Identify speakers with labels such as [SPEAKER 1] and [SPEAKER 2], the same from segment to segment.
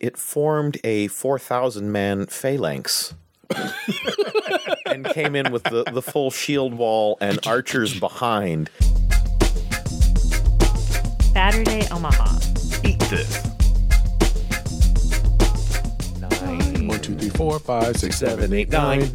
[SPEAKER 1] it formed a 4,000 man phalanx and came in with the, the full shield wall and archers behind.
[SPEAKER 2] Saturday, Omaha.
[SPEAKER 3] Eat this.
[SPEAKER 1] Nine.
[SPEAKER 4] One, two, three, four, five, six, seven, eight, nine.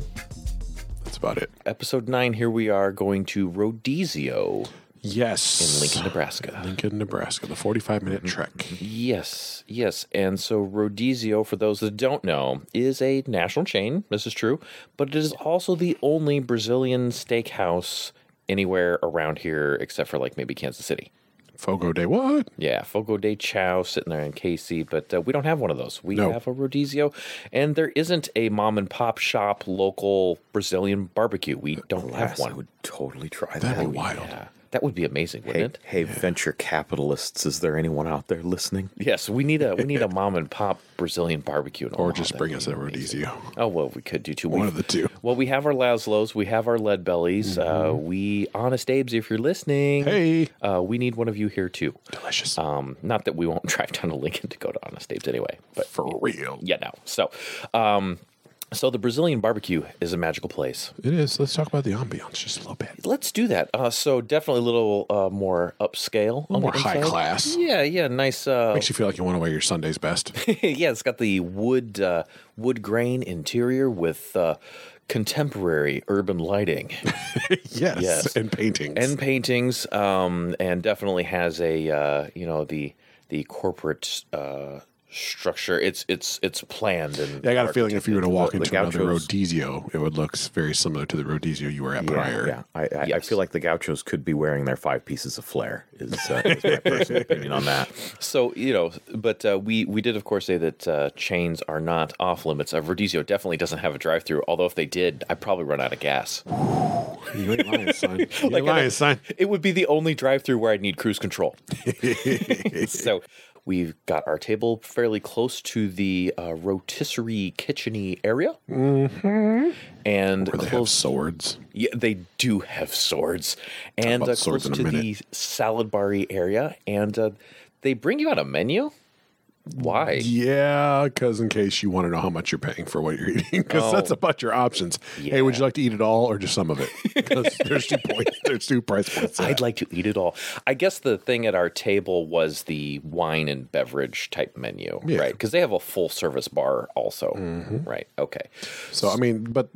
[SPEAKER 4] That's about it.
[SPEAKER 1] Episode nine, here we are going to Rodizio
[SPEAKER 4] Yes.
[SPEAKER 1] in Lincoln, Nebraska.
[SPEAKER 4] Lincoln, Nebraska. The 45
[SPEAKER 1] Mm-hmm.
[SPEAKER 4] minute trek.
[SPEAKER 1] Yes, yes. And so Rodizio, for those that don't know, is a national chain. This is true. But it is also the only Brazilian steakhouse anywhere around here except for like maybe Kansas City.
[SPEAKER 4] Fogo de what?
[SPEAKER 1] Yeah, Fogo de Chao sitting there in KC, but uh, we don't have one of those. We
[SPEAKER 4] No.
[SPEAKER 1] have a Rodizio, and there isn't a mom and pop shop local Brazilian barbecue. We don't have
[SPEAKER 5] I
[SPEAKER 1] one.
[SPEAKER 5] would totally try that.
[SPEAKER 4] That'd be wild.
[SPEAKER 1] Oh, Yeah. That would be amazing,
[SPEAKER 5] Hey,
[SPEAKER 1] wouldn't it?
[SPEAKER 5] hey, venture capitalists, is there anyone out there listening?
[SPEAKER 1] Yes, we need a we need a mom and pop Brazilian barbecue. in
[SPEAKER 4] Or
[SPEAKER 1] Omaha.
[SPEAKER 4] just
[SPEAKER 1] Oh, That'd
[SPEAKER 4] bring
[SPEAKER 1] be
[SPEAKER 4] us a
[SPEAKER 1] amazing.
[SPEAKER 4] Rodizio.
[SPEAKER 1] Oh well, we could do two.
[SPEAKER 4] One
[SPEAKER 1] We-
[SPEAKER 4] of the two. Mm-hmm.
[SPEAKER 1] Well, we have our Laszlo's, we have our Lead Bellies. Uh, we, honest Abe's, if you're listening,
[SPEAKER 4] Hey.
[SPEAKER 1] uh, we need one of you here too.
[SPEAKER 4] Delicious.
[SPEAKER 1] Um, not that we won't drive down to Lincoln to go to Honest Abe's anyway, but
[SPEAKER 4] For real.
[SPEAKER 1] yeah, no. So, um, so the Brazilian barbecue is a magical place.
[SPEAKER 4] It is. Let's talk about the ambiance just a little bit.
[SPEAKER 1] Let's do that. Uh, so definitely a little uh, more upscale, on
[SPEAKER 4] More
[SPEAKER 1] the
[SPEAKER 4] high
[SPEAKER 1] inside.
[SPEAKER 4] class.
[SPEAKER 1] Yeah, yeah, nice. Uh,
[SPEAKER 4] Makes you feel like you want to wear your Sunday's best.
[SPEAKER 1] yeah, it's got the wood uh, wood grain interior with uh, contemporary urban lighting
[SPEAKER 4] yes.
[SPEAKER 1] Yes.
[SPEAKER 4] And paintings.
[SPEAKER 1] and paintings, um, and definitely has a uh, you know the the corporate. Uh, structure it's it's it's planned and
[SPEAKER 4] Yeah, I got a feeling if you were to walk
[SPEAKER 5] the
[SPEAKER 4] into another
[SPEAKER 5] gauchos.
[SPEAKER 4] Rodizio, it would look very similar to the Rodizio you were at prior.
[SPEAKER 5] Yeah, I, I, I
[SPEAKER 1] Yes.
[SPEAKER 5] feel like the gauchos could be wearing their five pieces of flair. Is, uh, is my personal opinion on that?
[SPEAKER 1] So you know, but uh, we we did of course say that uh, chains are not off limits. Uh, Verdizio definitely doesn't have a drive-through. Although if they did, I'd probably run out of gas.
[SPEAKER 4] You ain't lying, son. You ain't
[SPEAKER 1] Like, I
[SPEAKER 4] lying,
[SPEAKER 1] don't-
[SPEAKER 4] son.
[SPEAKER 1] It would be the only drive-through where I'd need cruise control. so we've got our table fairly close to the uh, rotisserie kitcheny area, mm-hmm. and
[SPEAKER 4] Where they have
[SPEAKER 1] close.
[SPEAKER 4] swords.
[SPEAKER 1] Yeah, they do have swords, and
[SPEAKER 4] about
[SPEAKER 1] uh,
[SPEAKER 4] swords
[SPEAKER 1] close
[SPEAKER 4] in
[SPEAKER 1] to
[SPEAKER 4] a
[SPEAKER 1] the salad bar area, and uh, they bring you out a menu. Why?
[SPEAKER 4] Yeah, because in case you want to know how much you're paying for what you're eating, because that's
[SPEAKER 1] Oh.
[SPEAKER 4] about your options. Hey, would you like to eat it all or just some of it? 'Cause there's two points. There's two price points.
[SPEAKER 1] I'd like to eat it all. I guess the thing at our table was the wine and beverage type menu,
[SPEAKER 4] Yeah. Mm-hmm.
[SPEAKER 1] right? Because they have a full service bar also, right? Okay.
[SPEAKER 4] So I mean, but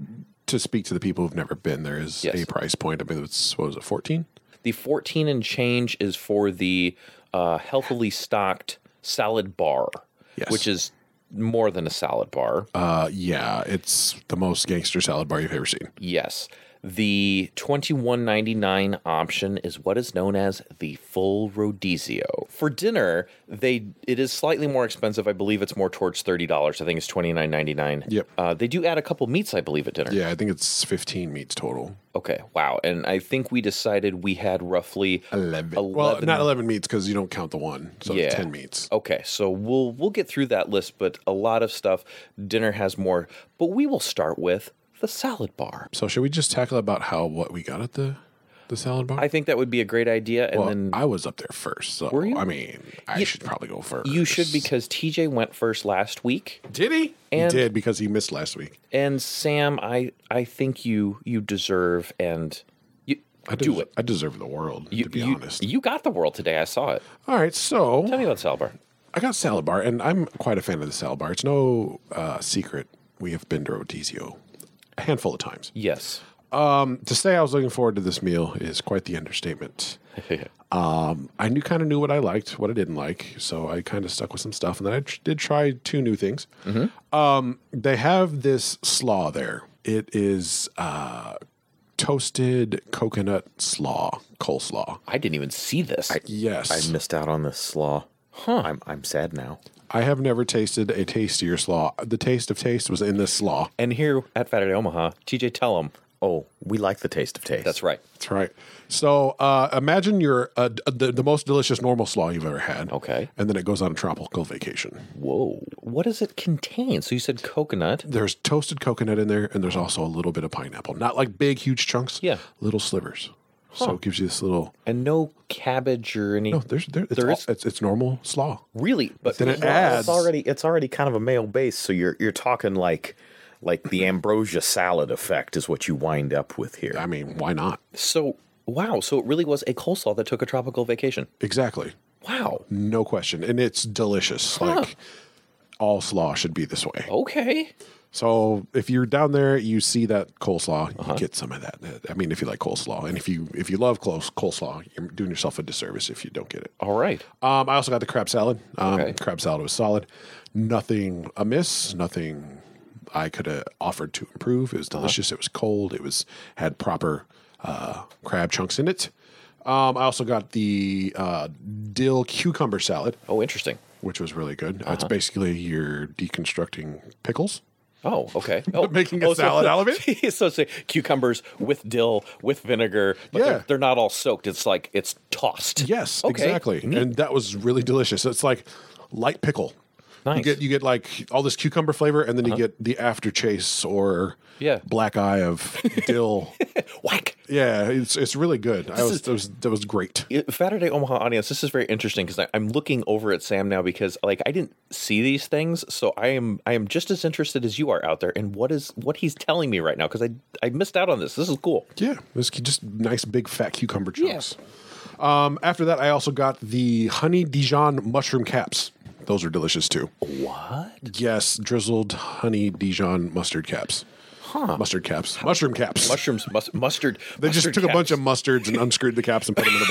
[SPEAKER 4] to speak to the people who've never been, there is
[SPEAKER 1] Yes.
[SPEAKER 4] a price point. I mean, it's what was it, fourteen?
[SPEAKER 1] The 14 and change is for the uh, healthily stocked salad bar,
[SPEAKER 4] Yes.
[SPEAKER 1] which is more than a salad bar.
[SPEAKER 4] Uh, yeah, it's the most gangster salad bar you've ever seen.
[SPEAKER 1] Yes. The 21.99 option is what is known as the full rodizio. For dinner, they it is slightly more expensive. I believe it's more towards $30. I think it's 29.99.
[SPEAKER 4] Yep.
[SPEAKER 1] Uh, they do add a couple meats, I believe, at dinner.
[SPEAKER 4] Yeah, I think it's fifteen meats total.
[SPEAKER 1] Okay. Wow. And I think we decided we had roughly
[SPEAKER 4] Well, not eleven meats because you don't count the one, so
[SPEAKER 1] Yeah.
[SPEAKER 4] it's ten meats.
[SPEAKER 1] Okay, so we'll we'll get through that list, but a lot of stuff dinner has more, but we will start with the salad bar.
[SPEAKER 4] So should we just tackle about how what we got at the the salad bar?
[SPEAKER 1] I think that would be a great idea and
[SPEAKER 4] Well,
[SPEAKER 1] then
[SPEAKER 4] I was up there first, so
[SPEAKER 1] Were you?
[SPEAKER 4] I mean, I should probably go first.
[SPEAKER 1] You should because TJ went first last week,
[SPEAKER 4] did he?
[SPEAKER 1] And-
[SPEAKER 4] he did because he missed last week.
[SPEAKER 1] and Sam, I I think you you deserve and you
[SPEAKER 4] I
[SPEAKER 1] do
[SPEAKER 4] des-
[SPEAKER 1] it.
[SPEAKER 4] I deserve the world,
[SPEAKER 1] You,
[SPEAKER 4] to be
[SPEAKER 1] you,
[SPEAKER 4] honest.
[SPEAKER 1] you got the world today. I saw it.
[SPEAKER 4] All right, so
[SPEAKER 1] Tell me about salad bar.
[SPEAKER 4] I got salad bar, and I'm quite a fan of the salad bar. It's no uh, secret we have been to Rodizio a handful of times.
[SPEAKER 1] Yes.
[SPEAKER 4] To say I was looking forward to this meal is quite the understatement. Um, I knew kind of knew what I liked, what I didn't like, so I kind of stuck with some stuff, and then I tr- did try two new things. Um, they have this slaw there. It is uh, toasted coconut slaw, coleslaw.
[SPEAKER 1] I didn't even see this.
[SPEAKER 4] Yes,
[SPEAKER 5] I missed out on this slaw. Huh? I'm I'm sad now.
[SPEAKER 4] I have never tasted a tastier slaw. The taste of taste was in this slaw.
[SPEAKER 1] and here at Saturday Omaha, TJ, tell him
[SPEAKER 5] Oh, we like the taste of taste.
[SPEAKER 1] that's right.
[SPEAKER 4] That's right. So uh, imagine you're uh, d- the, the most delicious normal slaw you've ever had.
[SPEAKER 1] Okay.
[SPEAKER 4] And then it goes on a tropical vacation.
[SPEAKER 1] Whoa, what does it contain? So you said coconut.
[SPEAKER 4] There's toasted coconut in there, and there's also a little bit of pineapple. Not like big, huge chunks.
[SPEAKER 1] Yeah.
[SPEAKER 4] Little slivers. So it gives you this little.
[SPEAKER 1] and no cabbage or any.
[SPEAKER 4] No, there's there. It's,
[SPEAKER 1] There
[SPEAKER 4] all-
[SPEAKER 1] is-
[SPEAKER 4] it's, it's normal slaw.
[SPEAKER 1] really, but
[SPEAKER 4] Then it
[SPEAKER 1] Yeah.
[SPEAKER 4] adds.
[SPEAKER 5] It's already it's already kind of a male base, so you're you're talking like like the ambrosia salad effect is what you wind up with here.
[SPEAKER 4] I mean, why not?
[SPEAKER 1] So wow, so it really was a coleslaw that took a tropical vacation.
[SPEAKER 4] Exactly.
[SPEAKER 1] Wow.
[SPEAKER 4] No question. And it's delicious. Like all slaw should be this way.
[SPEAKER 1] Okay.
[SPEAKER 4] So if you're down there, you see that coleslaw, you get some of that. I mean, if you like coleslaw, and if you if you love close coleslaw, you're doing yourself a disservice if you don't get it.
[SPEAKER 1] All right.
[SPEAKER 4] Um, I also got the crab salad. Um,
[SPEAKER 1] Okay.
[SPEAKER 4] Crab salad was solid. Nothing amiss. Nothing I could have offered to improve. It was delicious. It was cold. It was had proper uh, crab chunks in it. Um, I also got the uh, dill cucumber salad,
[SPEAKER 1] Oh, interesting.
[SPEAKER 4] which was really good. It's basically you're deconstructing pickles.
[SPEAKER 1] Oh, okay. Oh,
[SPEAKER 4] making a
[SPEAKER 1] so-
[SPEAKER 4] salad out of it?
[SPEAKER 1] so say cucumbers with dill with vinegar, but
[SPEAKER 4] Yeah.
[SPEAKER 1] they're, they're not all soaked. It's like it's tossed.
[SPEAKER 4] Yes,
[SPEAKER 1] Okay.
[SPEAKER 4] exactly. And that was really delicious. It's like light pickle. You
[SPEAKER 1] Nice. Uh-huh.
[SPEAKER 4] get you get like all this cucumber flavor, and then you get the after chase or
[SPEAKER 1] Yeah.
[SPEAKER 4] black eye of dill.
[SPEAKER 1] Whack.
[SPEAKER 4] yeah, it's it's really good. I was,
[SPEAKER 1] is-
[SPEAKER 4] that was that was great.
[SPEAKER 1] It- Saturday Omaha audience, this is very interesting because I'm looking over at Sam now because like I didn't see these things, so I am I am just as interested as you are out there in what is what he's telling me right now because I I missed out on this. This is cool.
[SPEAKER 4] Yeah, it was just nice big fat cucumber chunks. Um, after that, I also got the honey Dijon mushroom caps. Those are delicious too.
[SPEAKER 1] What?
[SPEAKER 4] Yes, drizzled honey Dijon mustard caps. Huh. Mustard caps. Mushroom caps.
[SPEAKER 1] Mushrooms, mus- mustard.
[SPEAKER 4] They just took a bunch of mustards and unscrewed the caps and put them in a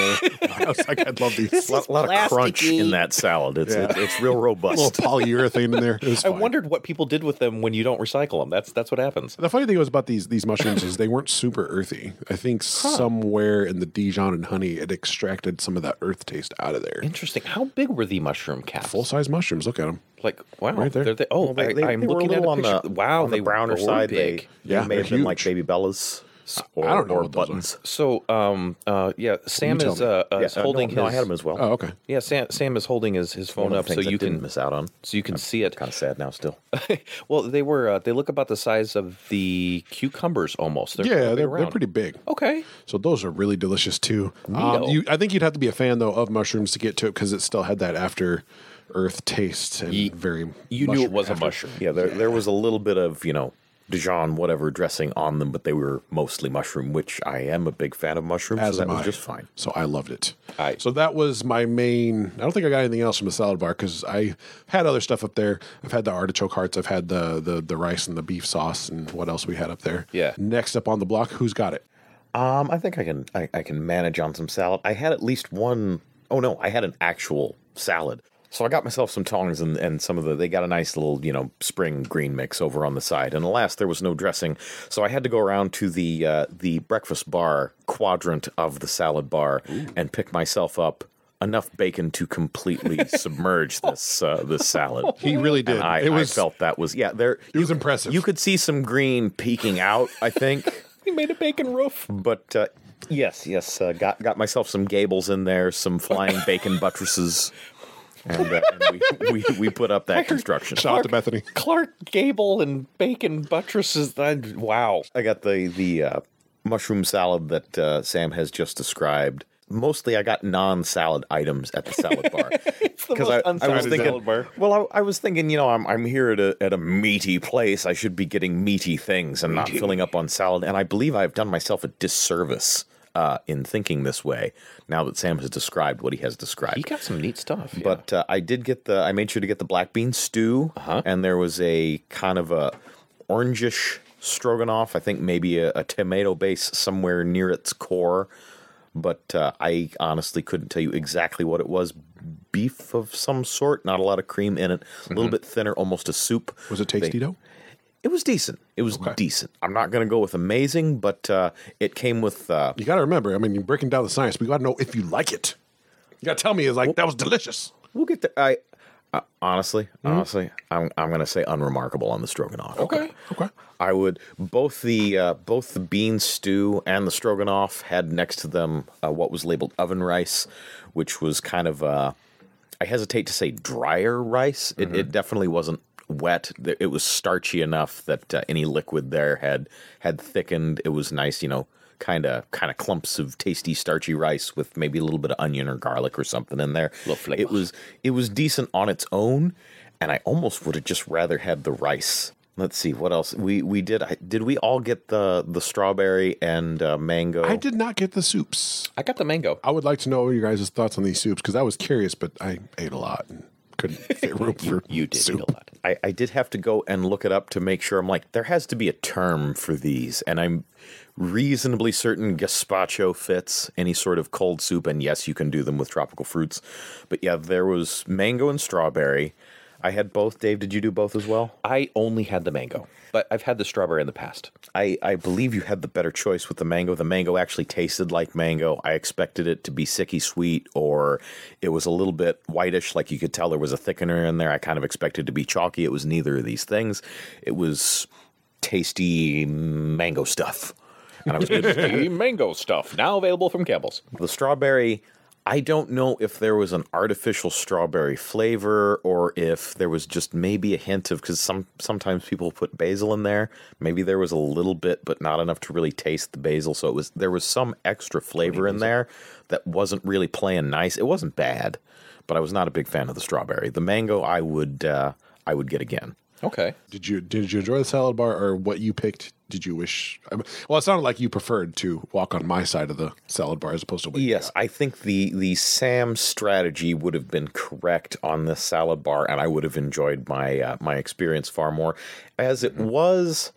[SPEAKER 4] bowl. I was like, I'd love these.
[SPEAKER 5] a lot, lot of crunch
[SPEAKER 1] plasticky.
[SPEAKER 5] in that salad. It's it's, it's real
[SPEAKER 4] little
[SPEAKER 5] robust.
[SPEAKER 4] polyurethane in there. It was
[SPEAKER 1] I
[SPEAKER 4] fine.
[SPEAKER 1] wondered what people did with them when you don't recycle them. That's that's what happens.
[SPEAKER 4] The funny thing was about these these mushrooms is they weren't super earthy. I think somewhere in the Dijon and honey, it extracted some of that earth taste out of there.
[SPEAKER 1] Interesting. How big were the mushroom caps?
[SPEAKER 4] Full size mushrooms. Look at them.
[SPEAKER 1] Like wow,
[SPEAKER 4] Right there.
[SPEAKER 1] They're the- oh,
[SPEAKER 5] They- they-
[SPEAKER 1] I, am
[SPEAKER 5] they were
[SPEAKER 1] looking
[SPEAKER 5] a
[SPEAKER 1] at a
[SPEAKER 5] little on
[SPEAKER 1] picture.
[SPEAKER 5] the
[SPEAKER 1] wow,
[SPEAKER 5] on
[SPEAKER 1] they
[SPEAKER 5] the browner
[SPEAKER 1] were
[SPEAKER 5] side.
[SPEAKER 1] Big.
[SPEAKER 5] They,
[SPEAKER 4] Yeah,
[SPEAKER 5] they may
[SPEAKER 4] they're
[SPEAKER 5] have been like
[SPEAKER 4] huge.
[SPEAKER 5] baby bellas or,
[SPEAKER 4] I don't know
[SPEAKER 5] or
[SPEAKER 4] what those are.
[SPEAKER 5] buttons.
[SPEAKER 1] so um uh yeah, Sam
[SPEAKER 4] tell
[SPEAKER 1] is
[SPEAKER 4] me.
[SPEAKER 1] uh, uh is
[SPEAKER 5] Yeah, uh, no,
[SPEAKER 1] holding his.
[SPEAKER 5] no, I had them as well.
[SPEAKER 4] Oh, okay.
[SPEAKER 1] Yeah, Sam, Sam is holding his, his phone
[SPEAKER 5] One of
[SPEAKER 1] up
[SPEAKER 5] the
[SPEAKER 1] so
[SPEAKER 5] things I
[SPEAKER 1] you
[SPEAKER 5] didn't
[SPEAKER 1] can
[SPEAKER 5] miss Oh, out on.
[SPEAKER 1] so you can see it.
[SPEAKER 5] Kind of sad now still.
[SPEAKER 1] well, they were uh, they look about the size of the cucumbers almost. They're
[SPEAKER 4] Yeah,
[SPEAKER 1] kinda big
[SPEAKER 4] they're, they're
[SPEAKER 1] round.
[SPEAKER 4] pretty big.
[SPEAKER 1] Okay.
[SPEAKER 4] So those are really delicious too. Um,
[SPEAKER 1] Neato.
[SPEAKER 4] you, I think you'd have to be a fan though of mushrooms to get to it because it still had that after earth taste and very.
[SPEAKER 1] You knew
[SPEAKER 4] mushroom
[SPEAKER 1] it was a
[SPEAKER 4] after-
[SPEAKER 1] mushroom.
[SPEAKER 5] Yeah, there, there was a little bit of, you know, Dijon whatever dressing on them, but they were mostly mushroom, which I am a big fan of mushrooms,
[SPEAKER 4] As
[SPEAKER 5] so that
[SPEAKER 4] am
[SPEAKER 5] was
[SPEAKER 4] I.
[SPEAKER 5] just fine.
[SPEAKER 4] So I loved it.
[SPEAKER 1] Aye.
[SPEAKER 4] So that was my main. I don't think I got anything else from the salad bar because I had other stuff up there. I've had the artichoke hearts. I've had the, the the rice and the beef sauce and what else we had up there.
[SPEAKER 1] Yeah.
[SPEAKER 4] Next up on the block, who's got it?
[SPEAKER 5] Um, I think I can I, I can manage on some salad. I had at least one oh no, I had an actual salad. So I got myself some tongs and, and some of the they got a nice little, you know, spring green mix over on the side. And alas, there was no dressing. So I had to go around to the uh, the breakfast bar quadrant of the salad bar and pick myself up enough bacon to completely submerge this uh, this salad.
[SPEAKER 4] He really did.
[SPEAKER 5] And I,
[SPEAKER 4] it was
[SPEAKER 5] I felt that was yeah, there
[SPEAKER 4] it was impressive.
[SPEAKER 5] you could see some green peeking out, I think.
[SPEAKER 1] He made a bacon roof.
[SPEAKER 5] But uh, yes, yes, uh, got got myself some gables in there, some flying bacon buttresses, and, uh, and we, we we put up that construction.
[SPEAKER 4] shout out to Bethany.
[SPEAKER 1] Clark Gable and bacon buttresses. I, wow.
[SPEAKER 5] I got the the uh, mushroom salad that uh, Sam has just described. Mostly, I got non-salad items at the salad bar
[SPEAKER 1] the
[SPEAKER 5] because
[SPEAKER 1] most
[SPEAKER 5] I, I was
[SPEAKER 1] unsalad
[SPEAKER 5] thinking.
[SPEAKER 1] salad bar.
[SPEAKER 5] Well, I, I was thinking, you know, I'm I'm here at a at a meaty place. I should be getting meaty things and not filling up on salad. And I believe I've done myself a disservice uh, in thinking this way. Now that Sam has described what he has described,
[SPEAKER 1] He got some neat stuff. yeah.
[SPEAKER 5] but uh, I did get the. I made sure to get the black bean stew, and there was a kind of a orangish stroganoff. I think maybe a, a tomato base somewhere near its core, but uh, I honestly couldn't tell you exactly what it was. Beef of some sort, not a lot of cream in it, a little bit thinner, almost a soup.
[SPEAKER 4] Was it tasty though?
[SPEAKER 5] It was decent. It was decent. I'm not going to go with amazing, but uh, it came with. Uh,
[SPEAKER 4] You got to remember. I mean, you're breaking down the science. We got to know if you like it. You got to tell me. It's like that was delicious.
[SPEAKER 5] We'll get there. I uh, honestly, honestly, I'm I'm gonna say unremarkable on the stroganoff.
[SPEAKER 1] Okay.
[SPEAKER 4] Okay.
[SPEAKER 5] I would both the uh, both the bean stew and the stroganoff had next to them uh, what was labeled oven rice, which was kind of uh, I hesitate to say drier rice. It, it definitely wasn't wet. Th- It was starchy enough that uh, any liquid there had had thickened. It was nice, you know, kind of kind of clumps of tasty starchy rice with maybe a little bit of onion or garlic or something in there.
[SPEAKER 1] flavor.
[SPEAKER 5] It was it was decent on its own, and I almost would have just rather had the rice. Let's see what else we we did. I, did we all get the the strawberry and uh, mango?
[SPEAKER 4] I did not get the soups.
[SPEAKER 1] I got the mango.
[SPEAKER 4] I would like to know your guys' thoughts on these soups because I was curious, but I ate a lot and couldn't fit room for
[SPEAKER 1] You did
[SPEAKER 4] soup.
[SPEAKER 1] eat a lot.
[SPEAKER 5] I, I did have to go and look it up to make sure. I'm like, there has to be a term for these, and I'm reasonably certain gazpacho fits any sort of cold soup. And yes, you can do them with tropical fruits, but yeah, there was mango and strawberry. I had both. Dave, did you do both as well?
[SPEAKER 1] I only had the mango, but I've had the strawberry in the past.
[SPEAKER 5] I, I believe you had the better choice with the mango. The mango actually tasted like mango. I expected it to be sicky sweet, or it was a little bit whitish, like you could tell there was a thickener in there. I kind of expected it to be chalky. It was neither of these things. It was tasty mango stuff. And I was good.
[SPEAKER 1] the mango stuff now available from Campbell's.
[SPEAKER 5] the strawberry. I don't know if there was an artificial strawberry flavor or if there was just maybe a hint of because some sometimes people put basil in there. Maybe there was a little bit, but not enough to really taste the basil. So it was there was some extra flavor in there that wasn't really playing nice. It wasn't bad, but I was not a big fan of the strawberry. The mango I would uh, I would get again.
[SPEAKER 1] Okay.
[SPEAKER 4] Did you did you enjoy the salad bar or what you picked? Did you wish? I mean, well, it sounded like you preferred to walk on my side of the salad bar as opposed to what you
[SPEAKER 5] Yes, I think the the Sam strategy would have been correct on this salad bar, and I would have enjoyed my uh, my experience far more. As it was,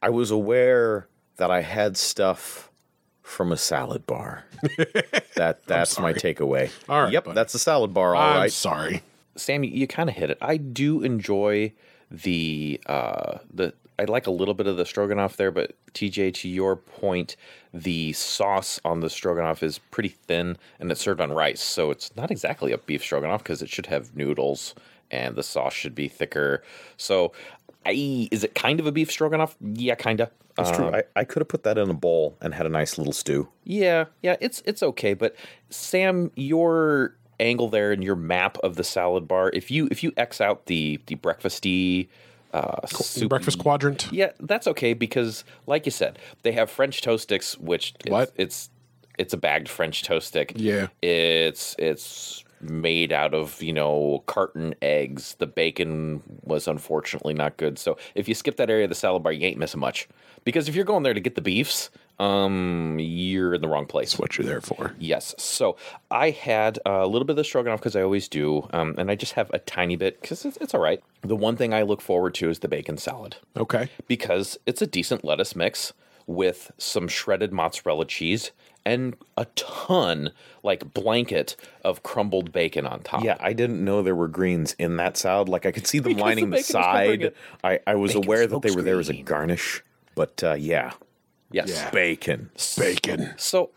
[SPEAKER 5] I was aware that I had stuff from a salad bar. that that's my takeaway.
[SPEAKER 4] All right,
[SPEAKER 5] yep,
[SPEAKER 4] buddy.
[SPEAKER 5] that's a salad bar. All
[SPEAKER 4] I'm
[SPEAKER 5] right.
[SPEAKER 4] sorry.
[SPEAKER 1] Sam, you, you kind of hit it. I do enjoy the uh, the. I like a little bit of the stroganoff there, but TJ, to your point, the sauce on the stroganoff is pretty thin, and it's served on rice, so it's not exactly a beef stroganoff because it should have noodles, and the sauce should be thicker. So, I is it kind of a beef stroganoff? Yeah, kinda.
[SPEAKER 5] That's true. I, I could have put that in a bowl and had a nice little stew.
[SPEAKER 1] Yeah, yeah, it's it's okay, but Sam, your angle there and your map of the salad bar, if you if you X out the the breakfasty uh soup,
[SPEAKER 4] Breakfast quadrant.
[SPEAKER 1] yeah, that's okay because like you said, they have French toast sticks, which it's,
[SPEAKER 4] What?
[SPEAKER 1] it's it's a bagged French toast stick.
[SPEAKER 4] Yeah.
[SPEAKER 1] It's it's made out of, you know, carton eggs. The bacon was unfortunately not good. So if you skip that area of the salad bar, you ain't missing much. Because if you're going there to get the beefs, um you're in the wrong place.
[SPEAKER 4] That's what you're there for.
[SPEAKER 1] Yes. So I had a little bit of the stroganoff because I always do, um, and I just have a tiny bit because it's, it's all right. The one thing I look forward to is the bacon salad
[SPEAKER 4] Okay.
[SPEAKER 1] because it's a decent lettuce mix with some shredded mozzarella cheese and a ton, like blanket, of crumbled bacon on top.
[SPEAKER 5] Yeah, I didn't know there were greens in that salad. Like I could see them
[SPEAKER 1] Because the
[SPEAKER 5] lining the,
[SPEAKER 1] bacon's covering
[SPEAKER 5] side.
[SPEAKER 1] it.
[SPEAKER 5] I, I was
[SPEAKER 1] Bacon's
[SPEAKER 5] aware that they were there as a
[SPEAKER 1] smokescreen.
[SPEAKER 5] garnish, but uh, yeah,
[SPEAKER 1] Yes.
[SPEAKER 4] Yeah.
[SPEAKER 5] bacon.
[SPEAKER 4] Bacon.
[SPEAKER 1] So,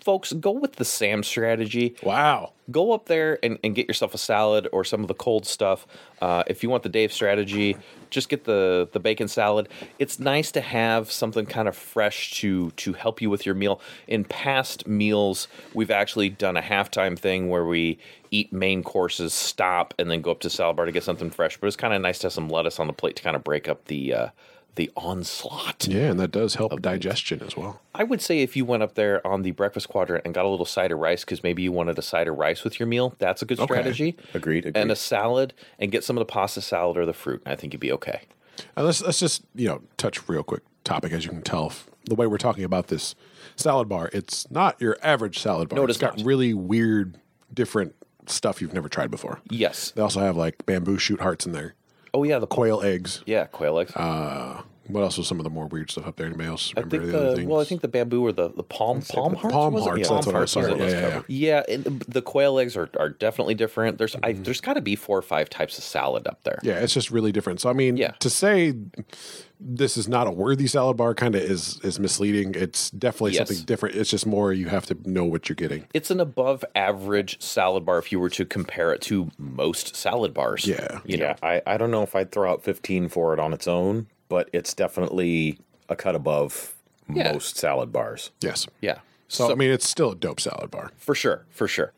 [SPEAKER 1] folks, go with the Sam strategy.
[SPEAKER 4] Wow.
[SPEAKER 1] go up there and, and get yourself a salad or some of the cold stuff. Uh, if you want the Dave strategy, just get the the bacon salad. It's nice to have something kind of fresh to to help you with your meal. In past meals, we've actually done a halftime thing where we eat main courses, stop, and then go up to salad bar to get something fresh. But it's kind of nice to have some lettuce on the plate to kind of break up the uh, the onslaught.
[SPEAKER 4] Yeah, and that does help digestion as well.
[SPEAKER 1] I would say if you went up there on the breakfast quadrant and got a little side of rice because maybe you wanted a side of rice with your meal, that's a good strategy.
[SPEAKER 5] Agreed,
[SPEAKER 1] And
[SPEAKER 5] agreed.
[SPEAKER 1] a salad, and get some of the pasta salad or the fruit. I think you'd be okay.
[SPEAKER 4] And let's let's just you know touch real quick topic as you can tell f- the way we're talking about this salad bar. It's not your average salad bar.
[SPEAKER 1] No, it
[SPEAKER 4] it's
[SPEAKER 1] is
[SPEAKER 4] got
[SPEAKER 1] not.
[SPEAKER 4] really weird, different stuff you've never tried before.
[SPEAKER 1] Yes.
[SPEAKER 4] They also have like bamboo shoot hearts in there,
[SPEAKER 1] Oh yeah, the
[SPEAKER 4] quail eggs.
[SPEAKER 1] yeah quail eggs.
[SPEAKER 4] Uh, what else was some of the more weird stuff up there? Anybody else
[SPEAKER 1] I
[SPEAKER 4] remember
[SPEAKER 1] think
[SPEAKER 4] the, other
[SPEAKER 1] the
[SPEAKER 4] things?
[SPEAKER 1] well, I think the bamboo or the the palm palm hearts.
[SPEAKER 4] palm
[SPEAKER 1] was it?
[SPEAKER 4] hearts.
[SPEAKER 1] Yeah,
[SPEAKER 4] that's
[SPEAKER 1] palm
[SPEAKER 4] what I was
[SPEAKER 1] hearts
[SPEAKER 4] sorry.
[SPEAKER 1] was it?
[SPEAKER 4] Yeah, yeah, yeah.
[SPEAKER 1] Yeah, and the quail eggs are, are definitely different. There's I, there's got to be four or five types of salad up there.
[SPEAKER 4] Mm-hmm. Yeah, it's just really different. So I mean,
[SPEAKER 1] Yeah.
[SPEAKER 4] to say this is not a worthy salad bar kind of is is misleading. It's definitely
[SPEAKER 1] Yes.
[SPEAKER 4] something different. It's just more you have to know what you're getting.
[SPEAKER 1] It's an above average salad bar if you were to compare it to most salad bars.
[SPEAKER 4] Yeah.
[SPEAKER 1] you know.
[SPEAKER 5] Yeah, I, I don't know if I'd throw out 15 for it on its own, but it's definitely a cut above
[SPEAKER 1] Yeah.
[SPEAKER 5] most salad bars.
[SPEAKER 4] Yes.
[SPEAKER 1] Yeah.
[SPEAKER 4] So, I mean, it's still a dope salad bar.
[SPEAKER 1] For sure, for sure.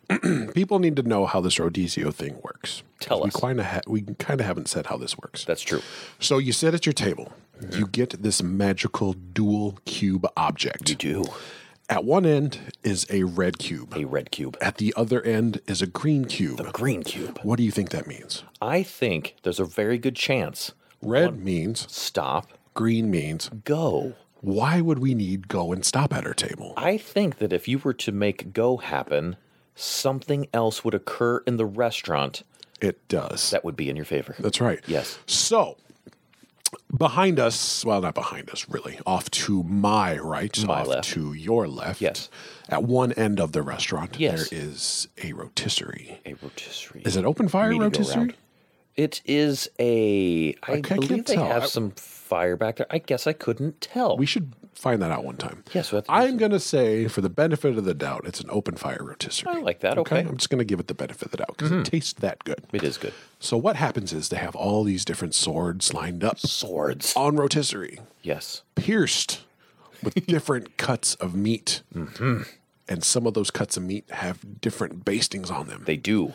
[SPEAKER 4] People need to know how this Rodizio thing works.
[SPEAKER 1] Mm-hmm. Tell
[SPEAKER 4] we
[SPEAKER 1] us.
[SPEAKER 4] Kinda ha- we kind of haven't said how this works.
[SPEAKER 1] That's true.
[SPEAKER 4] so you sit at your table.
[SPEAKER 1] Mm-hmm.
[SPEAKER 4] you get this magical dual cube object.
[SPEAKER 5] do.
[SPEAKER 4] At one end is a red cube.
[SPEAKER 5] A red cube.
[SPEAKER 4] At the other end is a green cube.
[SPEAKER 5] A green cube.
[SPEAKER 4] What do you think that means?
[SPEAKER 1] I think there's a very good chance.
[SPEAKER 4] Red means,
[SPEAKER 1] Stop,
[SPEAKER 4] green means.
[SPEAKER 1] go.
[SPEAKER 4] Why would we need go and stop at our table?
[SPEAKER 1] I think that if you were to make go happen, something else would occur in the restaurant
[SPEAKER 4] It does.
[SPEAKER 1] that would be in your favor.
[SPEAKER 4] That's right.
[SPEAKER 1] Yes.
[SPEAKER 4] So behind us, well, not behind us, really, off to my right,
[SPEAKER 1] My
[SPEAKER 4] off
[SPEAKER 1] left.
[SPEAKER 4] to your left.
[SPEAKER 1] Yes.
[SPEAKER 4] At one end of the restaurant,
[SPEAKER 1] Yes.
[SPEAKER 4] there is a rotisserie.
[SPEAKER 1] A rotisserie.
[SPEAKER 4] Is it open fire
[SPEAKER 5] Meeting
[SPEAKER 4] rotisserie?
[SPEAKER 5] around.
[SPEAKER 1] It is a. I
[SPEAKER 4] I can't
[SPEAKER 1] believe they
[SPEAKER 4] tell.
[SPEAKER 1] have
[SPEAKER 4] I-
[SPEAKER 1] some fire back there. I guess I couldn't tell.
[SPEAKER 4] We should find that out one time.
[SPEAKER 1] Yes, we'll have to do
[SPEAKER 4] I'm going to say, for the benefit of the doubt, it's an open fire rotisserie.
[SPEAKER 1] I like that, okay.
[SPEAKER 4] I'm just going to give it the benefit of the doubt because it tastes that good.
[SPEAKER 1] it is good.
[SPEAKER 4] So what happens is they have all these different swords lined up
[SPEAKER 1] Swords.
[SPEAKER 4] on rotisserie.
[SPEAKER 1] Yes.
[SPEAKER 4] pierced with different cuts of meat. And some of those cuts of meat have different bastings on them.
[SPEAKER 1] They do.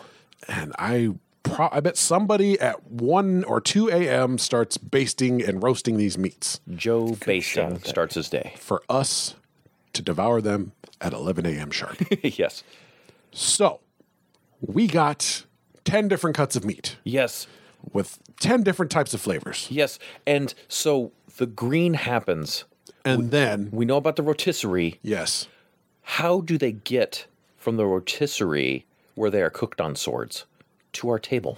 [SPEAKER 4] and I pro- I bet somebody at 1 or 2 a.m. starts basting and roasting these meats
[SPEAKER 1] Joe Basting starts his day.
[SPEAKER 4] for us to devour them at 11 a.m. sharp.
[SPEAKER 1] yes.
[SPEAKER 4] so we got 10 different cuts of meat
[SPEAKER 1] Yes.
[SPEAKER 4] with 10 different types of flavors.
[SPEAKER 1] Yes. And so the green happens.
[SPEAKER 4] And then,
[SPEAKER 1] We know about the rotisserie.
[SPEAKER 4] yes,
[SPEAKER 1] How do they get from the rotisserie where they are cooked on swords to our table?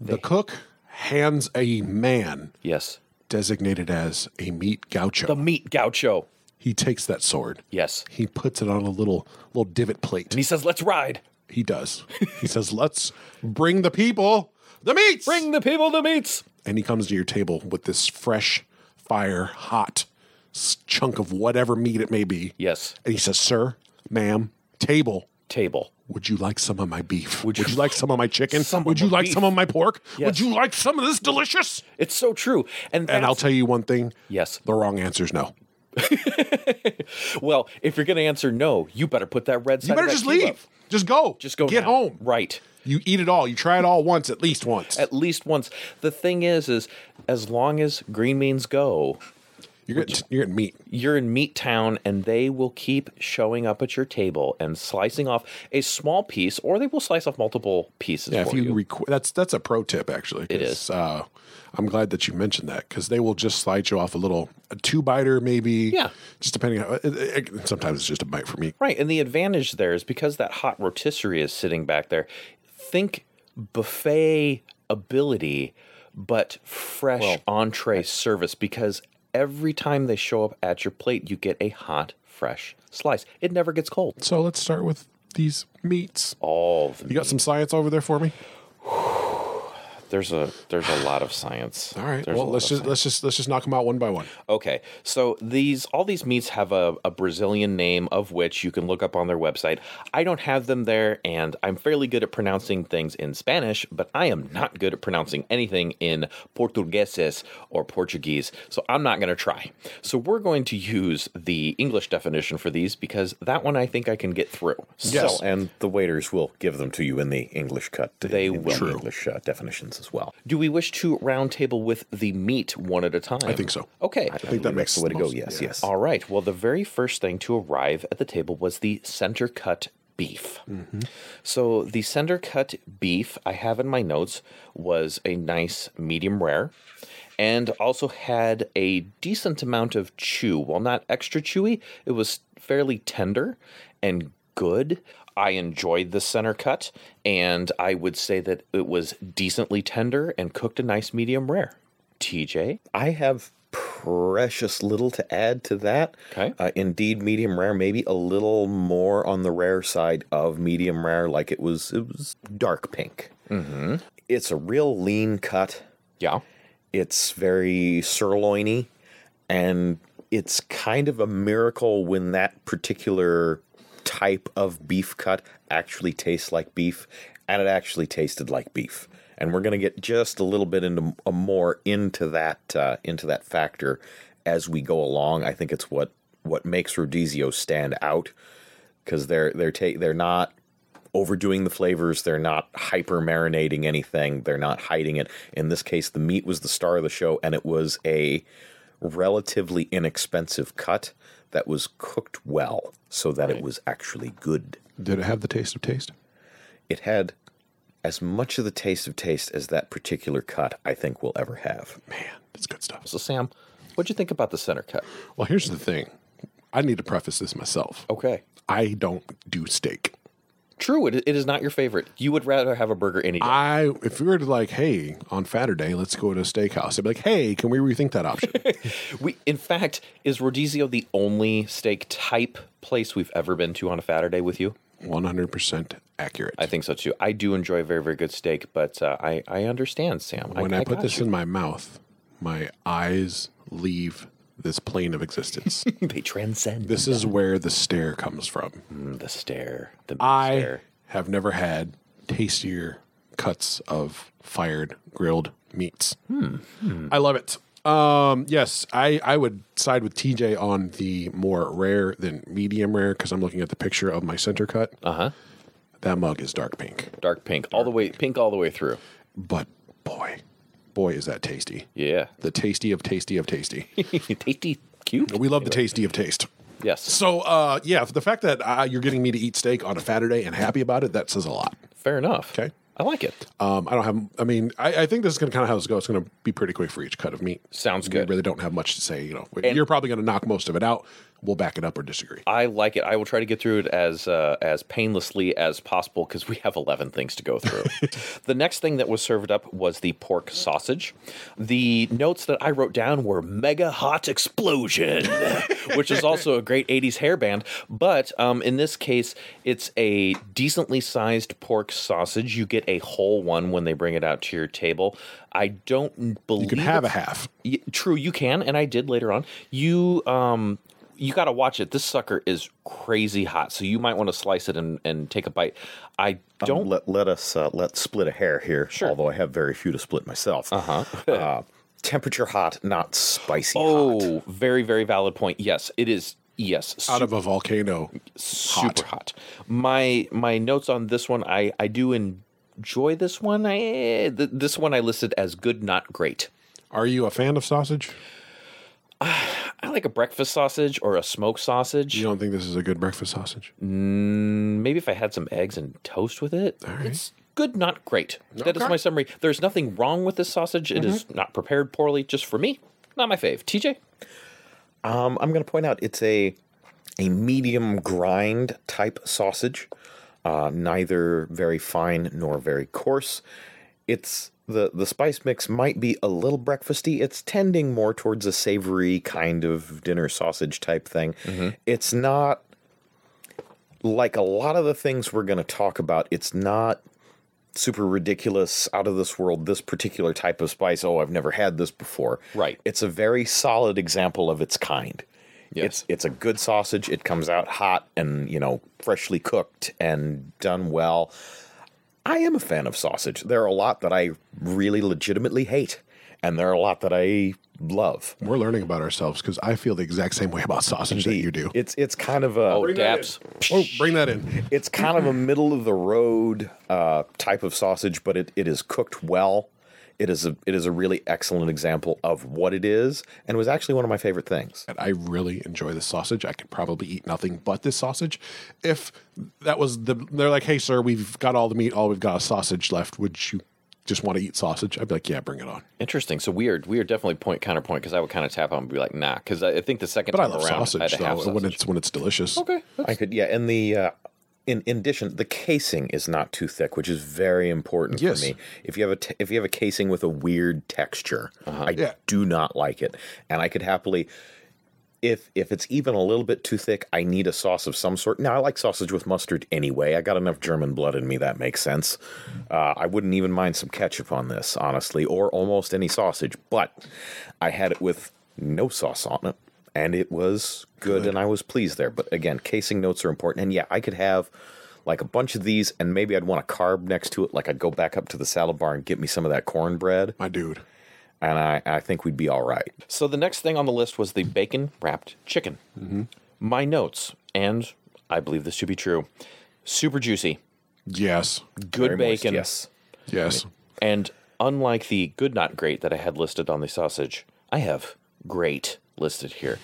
[SPEAKER 4] the cook hands a man
[SPEAKER 1] Yes.
[SPEAKER 4] designated as a meat gaucho.
[SPEAKER 1] The meat gaucho.
[SPEAKER 4] he takes that sword.
[SPEAKER 1] Yes.
[SPEAKER 4] He puts it on a little little divot plate.
[SPEAKER 1] And he says, let's ride.
[SPEAKER 4] He does. he says, "Let's bring the people the meats."
[SPEAKER 1] Bring the people the meats.
[SPEAKER 4] And he comes to your table with this fresh, fire, hot s- chunk of whatever meat it may be.
[SPEAKER 1] Yes.
[SPEAKER 4] And he says, "Sir, ma'am, table."
[SPEAKER 1] Table.
[SPEAKER 4] Would you like some of my beef?
[SPEAKER 1] Would
[SPEAKER 4] Would
[SPEAKER 1] you-
[SPEAKER 4] you, like some of my chicken?
[SPEAKER 1] Some of
[SPEAKER 4] Would you
[SPEAKER 1] my
[SPEAKER 4] like
[SPEAKER 1] beef."
[SPEAKER 4] some of my pork?
[SPEAKER 1] Yes.
[SPEAKER 4] Would you like some of this delicious?
[SPEAKER 1] It's so true. And,
[SPEAKER 4] And I'll
[SPEAKER 1] that's-
[SPEAKER 4] tell you one thing.
[SPEAKER 1] Yes.
[SPEAKER 4] The wrong answer is no.
[SPEAKER 1] Well, if you're going to answer no, you better put that red.
[SPEAKER 4] You better just leave. Just go.
[SPEAKER 1] Just go.
[SPEAKER 4] Get
[SPEAKER 1] now.
[SPEAKER 4] home.
[SPEAKER 1] Right.
[SPEAKER 4] You eat it all. You try it all once, at least once.
[SPEAKER 1] At least once. The thing is, is as long as green means go,
[SPEAKER 4] you're, getting, you're getting meat.
[SPEAKER 1] you're in meat town, and they will keep showing up at your table and slicing off a small piece, or they will slice off multiple pieces
[SPEAKER 4] Yeah, if
[SPEAKER 1] for
[SPEAKER 4] you,
[SPEAKER 1] you.
[SPEAKER 4] requ- that's that's a pro tip actually. It
[SPEAKER 1] is.
[SPEAKER 4] Uh, I'm glad that you mentioned that because they will just slide you off a little a two biter maybe.
[SPEAKER 1] Yeah.
[SPEAKER 4] just depending on. It, it, it- sometimes it's just a bite for me.
[SPEAKER 1] Right, and the advantage there is because that hot rotisserie is sitting back there. Think buffet ability, but fresh entree service because every time they show up at your plate, you get a hot, fresh slice. It never gets cold.
[SPEAKER 4] So let's start with these meats.
[SPEAKER 1] All of them.
[SPEAKER 4] You got some science over there for me.
[SPEAKER 1] There's a there's a lot of science.
[SPEAKER 4] All right.
[SPEAKER 1] There's a
[SPEAKER 4] well,
[SPEAKER 1] lot
[SPEAKER 4] let's
[SPEAKER 1] of
[SPEAKER 4] just
[SPEAKER 1] science.
[SPEAKER 4] let's just let's just knock them out one by one.
[SPEAKER 1] Okay, so these all these meats have a, a Brazilian name of which you can look up on their website. I don't have them there, and I'm fairly good at pronouncing things in Spanish, but I am not good at pronouncing anything in Portugueses or Portuguese, so I'm not going to try. So we're going to use the English definition for these because that one I think I can get through.
[SPEAKER 4] Yes.
[SPEAKER 1] So,
[SPEAKER 5] And the waiters will give them to you in the English cut.
[SPEAKER 1] They
[SPEAKER 5] in the
[SPEAKER 1] will.
[SPEAKER 5] English uh, definitions as well.
[SPEAKER 1] do we wish to round table with the meat one at a time?
[SPEAKER 4] I think so.
[SPEAKER 1] Okay.
[SPEAKER 4] I think that
[SPEAKER 5] That's
[SPEAKER 4] makes
[SPEAKER 5] the way to
[SPEAKER 4] the
[SPEAKER 5] go.
[SPEAKER 4] most-
[SPEAKER 5] Yes,
[SPEAKER 4] yeah.
[SPEAKER 5] yes.
[SPEAKER 1] All right. Well, the very first thing to arrive at the table was the center cut beef. So the center cut beef I have in my notes was a nice medium rare and also had a decent amount of chew. While not extra chewy, it was fairly tender and good. I enjoyed the center cut and I would say that it was decently tender and cooked a nice medium rare. TJ,
[SPEAKER 5] I have precious little to add to that.
[SPEAKER 1] Okay.
[SPEAKER 5] Uh, indeed, medium rare, maybe a little more on the rare side of medium rare, like it was it was dark pink. Mm-hmm. It's a real lean cut.
[SPEAKER 1] yeah.
[SPEAKER 5] It's very sirloiny, and it's kind of a miracle when that particular type of beef cut actually tastes like beef, and it actually tasted like beef. And we're going to get just a little bit into a more into that uh, into that factor as we go along. I think it's what what makes Rodizio stand out because they're they're ta- they're not overdoing the flavors. They're not hyper marinating anything. They're not hiding it. In this case, the meat was the star of the show, and it was a relatively inexpensive cut that was cooked well so that it was actually good.
[SPEAKER 4] Did it have the taste of taste?
[SPEAKER 5] It had as much of the taste of taste as that particular cut I think will ever have.
[SPEAKER 4] Man, that's good stuff.
[SPEAKER 1] So, Sam, what'd you think about the center cut?
[SPEAKER 4] Well, here's the thing. I need to preface this myself.
[SPEAKER 1] Okay.
[SPEAKER 4] I don't do steak.
[SPEAKER 1] True, it, it is not your favorite. You would rather have a burger any day.
[SPEAKER 4] I if we were to like, hey, on Saturday, let's go to a steakhouse. I'd be like, hey, can we rethink that option?
[SPEAKER 1] We, in fact, is Rodizio the only steak type place we've ever been to on a Saturday with you?
[SPEAKER 4] One hundred percent accurate.
[SPEAKER 1] I think so too. I do enjoy very, very good steak, but uh, I, I understand, Sam.
[SPEAKER 4] when I, put
[SPEAKER 1] got
[SPEAKER 4] this
[SPEAKER 1] you.
[SPEAKER 4] in my mouth, my eyes leave this plane of existence.
[SPEAKER 1] they transcend
[SPEAKER 4] this is where the stare comes from.
[SPEAKER 1] the stare. The
[SPEAKER 4] I
[SPEAKER 1] stare.
[SPEAKER 4] have never had tastier cuts of fired grilled meats. I love it. Um, yes, I, I would side with TJ on the more rare than medium rare because I'm looking at the picture of my center cut. Uh huh. That mug is dark pink,
[SPEAKER 1] dark pink, all the way pink, all the way through.
[SPEAKER 4] but boy, boy, is that tasty.
[SPEAKER 1] Yeah,
[SPEAKER 4] The tasty of tasty of tasty.
[SPEAKER 1] tasty, cute.
[SPEAKER 4] we love the tasty of taste.
[SPEAKER 1] Yes,
[SPEAKER 4] So, uh, yeah, the fact that uh, you're getting me to eat steak on a Saturday and happy about it, that says a lot.
[SPEAKER 1] fair enough.
[SPEAKER 4] Okay.
[SPEAKER 1] I like it.
[SPEAKER 4] Um, I don't have. I mean, I, I think this is going to kind of how this goes. It's going to be pretty quick for each cut of meat.
[SPEAKER 1] Sounds
[SPEAKER 4] We
[SPEAKER 1] good.
[SPEAKER 4] really don't have much to say. You know, you're probably going to knock most of it out. We'll back it up or disagree.
[SPEAKER 1] I like it. I will try to get through it as uh, as painlessly as possible because we have eleven things to go through. the next thing that was served up was the pork sausage. The notes that I wrote down were "mega hot explosion," which is also a great '80s hair band. But um, in this case, it's a decently sized pork sausage. You get a whole one when they bring it out to your table. I don't believe
[SPEAKER 4] You can have a half.
[SPEAKER 1] Y- true, you can, and I did later on. You um, you got to watch it. This sucker is crazy hot, so you might want to slice it and, and take a bite. I don't.
[SPEAKER 5] Um, let let us uh, let split a hair here. Although I have very few to split myself. Uh-huh. Temperature hot, not spicy hot.
[SPEAKER 1] oh, very very valid point. Yes, it is. Yes,
[SPEAKER 4] Out of a volcano,
[SPEAKER 1] super hot. My my notes on this one, I I do enjoy this one. I eh, th- this one I listed as good, not great.
[SPEAKER 4] are you a fan of sausage?
[SPEAKER 1] I like a breakfast sausage or a smoked sausage.
[SPEAKER 4] You don't think this is a good breakfast sausage?
[SPEAKER 1] Mm. Maybe if I had some eggs and toast with it. It's good, not great. That is
[SPEAKER 4] Okay.
[SPEAKER 1] my summary. There's nothing wrong with this sausage. It is
[SPEAKER 5] Mm-hmm.
[SPEAKER 1] not prepared poorly, just for me. Not my fave. TJ?
[SPEAKER 5] Um, I'm going to point out it's a a medium grind type sausage, uh, neither very fine nor very coarse. It's the the spice mix might be a little breakfasty. It's tending more towards a savory kind of dinner sausage type thing. It's not like a lot of the things we're going to talk about. It's not super ridiculous, out of this world, this particular type of spice. Oh, I've never had this before.
[SPEAKER 1] Right.
[SPEAKER 5] It's a very solid example of its kind. It's it's a good sausage. It comes out hot and you know freshly cooked and done well. I am a fan of sausage. There are a lot that I really legitimately hate, and there are a lot that I love.
[SPEAKER 4] We're learning about ourselves because I feel the exact same way about sausage that you do.
[SPEAKER 5] It's it's kind of a
[SPEAKER 1] Oh,
[SPEAKER 4] that
[SPEAKER 1] Dabs.
[SPEAKER 4] Oh, bring that in.
[SPEAKER 5] it's kind of a middle of the road uh, type of sausage, but it, it is cooked well. It is a it is a really excellent example of what it is, and was actually one of my favorite things.
[SPEAKER 4] I really enjoy this sausage. I could probably eat nothing but this sausage. If that was the, they're like, hey, sir, we've got all the meat, all we've got is sausage left. Would you just want to eat sausage? I'd be like, yeah, bring it on.
[SPEAKER 1] Interesting. So weird. We are definitely point counterpoint because I would kind of tap on and be like, nah. Because I, I think the second
[SPEAKER 4] But I
[SPEAKER 1] time
[SPEAKER 4] love
[SPEAKER 1] around, I had
[SPEAKER 4] sausage
[SPEAKER 1] a half
[SPEAKER 4] though when
[SPEAKER 1] sausage.
[SPEAKER 4] it's when it's delicious.
[SPEAKER 1] Okay.
[SPEAKER 5] I could yeah, and the uh, in in addition, the casing is not too thick, which is very important
[SPEAKER 4] Yes.
[SPEAKER 5] for me. If you have a t- if you have a casing with a weird texture,
[SPEAKER 1] Uh-huh.
[SPEAKER 5] I
[SPEAKER 4] Yeah.
[SPEAKER 5] do not like it, and I could happily. If, if it's even a little bit too thick, I need a sauce of some sort. Now I like sausage with mustard anyway. I got enough German blood in me that makes sense. Uh, I wouldn't even mind some ketchup on this, honestly, or almost any sausage. But I had it with no sauce on it, and it was good, and I was pleased there. But again, casing notes are important. And yeah, I could have like a bunch of these, and maybe I'd want a carb next to it. Like I'd go back up to the salad bar and get me some of that cornbread,
[SPEAKER 4] My dude.
[SPEAKER 5] and I, I think we'd be all right.
[SPEAKER 1] So the next thing on the list was the bacon wrapped chicken.
[SPEAKER 5] Mm-hmm.
[SPEAKER 1] My notes, and I believe this to be true, super juicy.
[SPEAKER 4] Yes.
[SPEAKER 1] Good
[SPEAKER 5] Very moist,
[SPEAKER 1] bacon.
[SPEAKER 5] yes.
[SPEAKER 4] Yes.
[SPEAKER 1] And unlike the good not great that I had listed on the sausage, I have great listed here.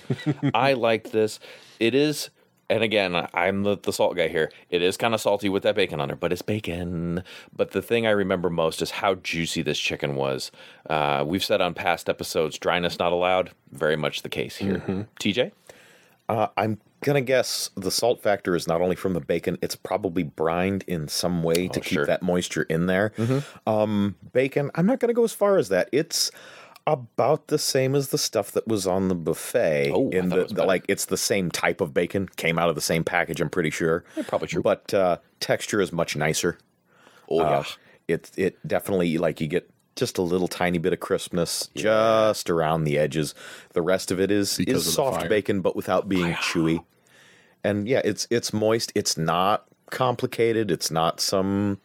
[SPEAKER 1] I liked this. It is, and again, I'm the, the salt guy here. It is kind of salty with that bacon on it, but it's bacon. But the thing I remember most is how juicy this chicken was. Uh, we've said on past episodes, dryness not allowed. Very much the case here.
[SPEAKER 4] Mm-hmm.
[SPEAKER 1] TJ?
[SPEAKER 5] Uh, I'm gonna guess the salt factor is not only from the bacon; it's probably brined in some way to keep
[SPEAKER 1] Oh, sure. Mm-hmm.
[SPEAKER 5] that moisture in there. Um, bacon. I'm not gonna go as far as that. It's about the same as the stuff that was on the buffet.
[SPEAKER 1] Oh, I
[SPEAKER 5] in
[SPEAKER 1] thought
[SPEAKER 5] the,
[SPEAKER 1] it was
[SPEAKER 5] the-
[SPEAKER 1] better.
[SPEAKER 5] like it's the same type of bacon. Came out of the same package. I'm pretty sure.
[SPEAKER 1] probably true.
[SPEAKER 5] But uh, texture is much nicer.
[SPEAKER 1] Oh, yeah.
[SPEAKER 5] Uh, It it definitely like you get just a little tiny bit of crispness just around the edges. The rest of it is
[SPEAKER 4] Because of
[SPEAKER 5] is
[SPEAKER 4] the
[SPEAKER 5] soft
[SPEAKER 4] fire.
[SPEAKER 5] bacon, but without being chewy. And yeah, it's it's moist. It's not complicated. It's not some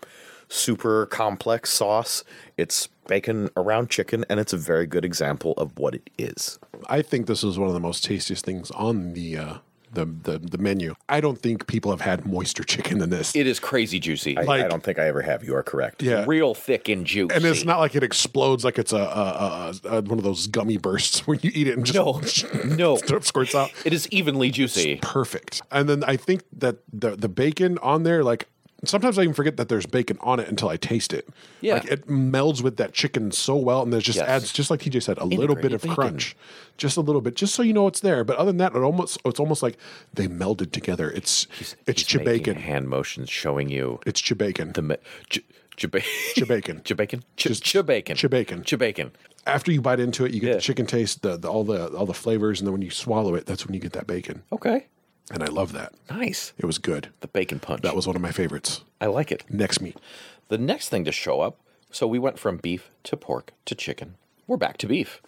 [SPEAKER 5] super complex sauce. It's bacon around chicken, and it's a very good example of what it is.
[SPEAKER 4] I think this is one of the most tastiest things on the uh, the, the the menu. I don't think people have had moister chicken than this.
[SPEAKER 1] It is crazy juicy.
[SPEAKER 5] I, I
[SPEAKER 4] Like-
[SPEAKER 5] don't think I ever have. You are correct.
[SPEAKER 4] yeah.
[SPEAKER 1] Real thick and juicy.
[SPEAKER 4] and it's not like it explodes like it's a, a, a, a one of those gummy bursts when you eat it and just
[SPEAKER 1] No. No.
[SPEAKER 4] squirts out.
[SPEAKER 1] It is evenly juicy.
[SPEAKER 4] perfect. And then I think that the the bacon on there, like sometimes I even forget that there's bacon on it until I taste it.
[SPEAKER 1] Yeah.
[SPEAKER 4] like it melds with that chicken so well, and there's just
[SPEAKER 1] Yes.
[SPEAKER 4] adds just like TJ said, a little bit
[SPEAKER 1] Integrated
[SPEAKER 4] of
[SPEAKER 1] bacon.
[SPEAKER 4] crunch, just a little bit, just so you know it's there. But other than that, it almost it's almost like they melded together. It's it's
[SPEAKER 1] He's making
[SPEAKER 4] chibacon.
[SPEAKER 1] Hand motions showing you
[SPEAKER 4] It's chibacon.
[SPEAKER 1] the me- j- jaba-
[SPEAKER 4] Chibacon.
[SPEAKER 1] jabacon, Ch-
[SPEAKER 4] Just
[SPEAKER 1] jabacon,
[SPEAKER 4] chibacon.
[SPEAKER 1] jabacon.
[SPEAKER 4] After you bite into it, you get
[SPEAKER 1] Yeah.
[SPEAKER 4] the chicken taste, the, the all the all the flavors, and then when you swallow it, that's when you get that bacon.
[SPEAKER 1] Okay,
[SPEAKER 4] And I love that.
[SPEAKER 1] nice.
[SPEAKER 4] It was good.
[SPEAKER 1] The bacon punch.
[SPEAKER 4] That was one of my favorites.
[SPEAKER 1] I like it.
[SPEAKER 4] Next meat.
[SPEAKER 1] The next thing to show up. So we went from beef to pork to chicken. We're back to beef.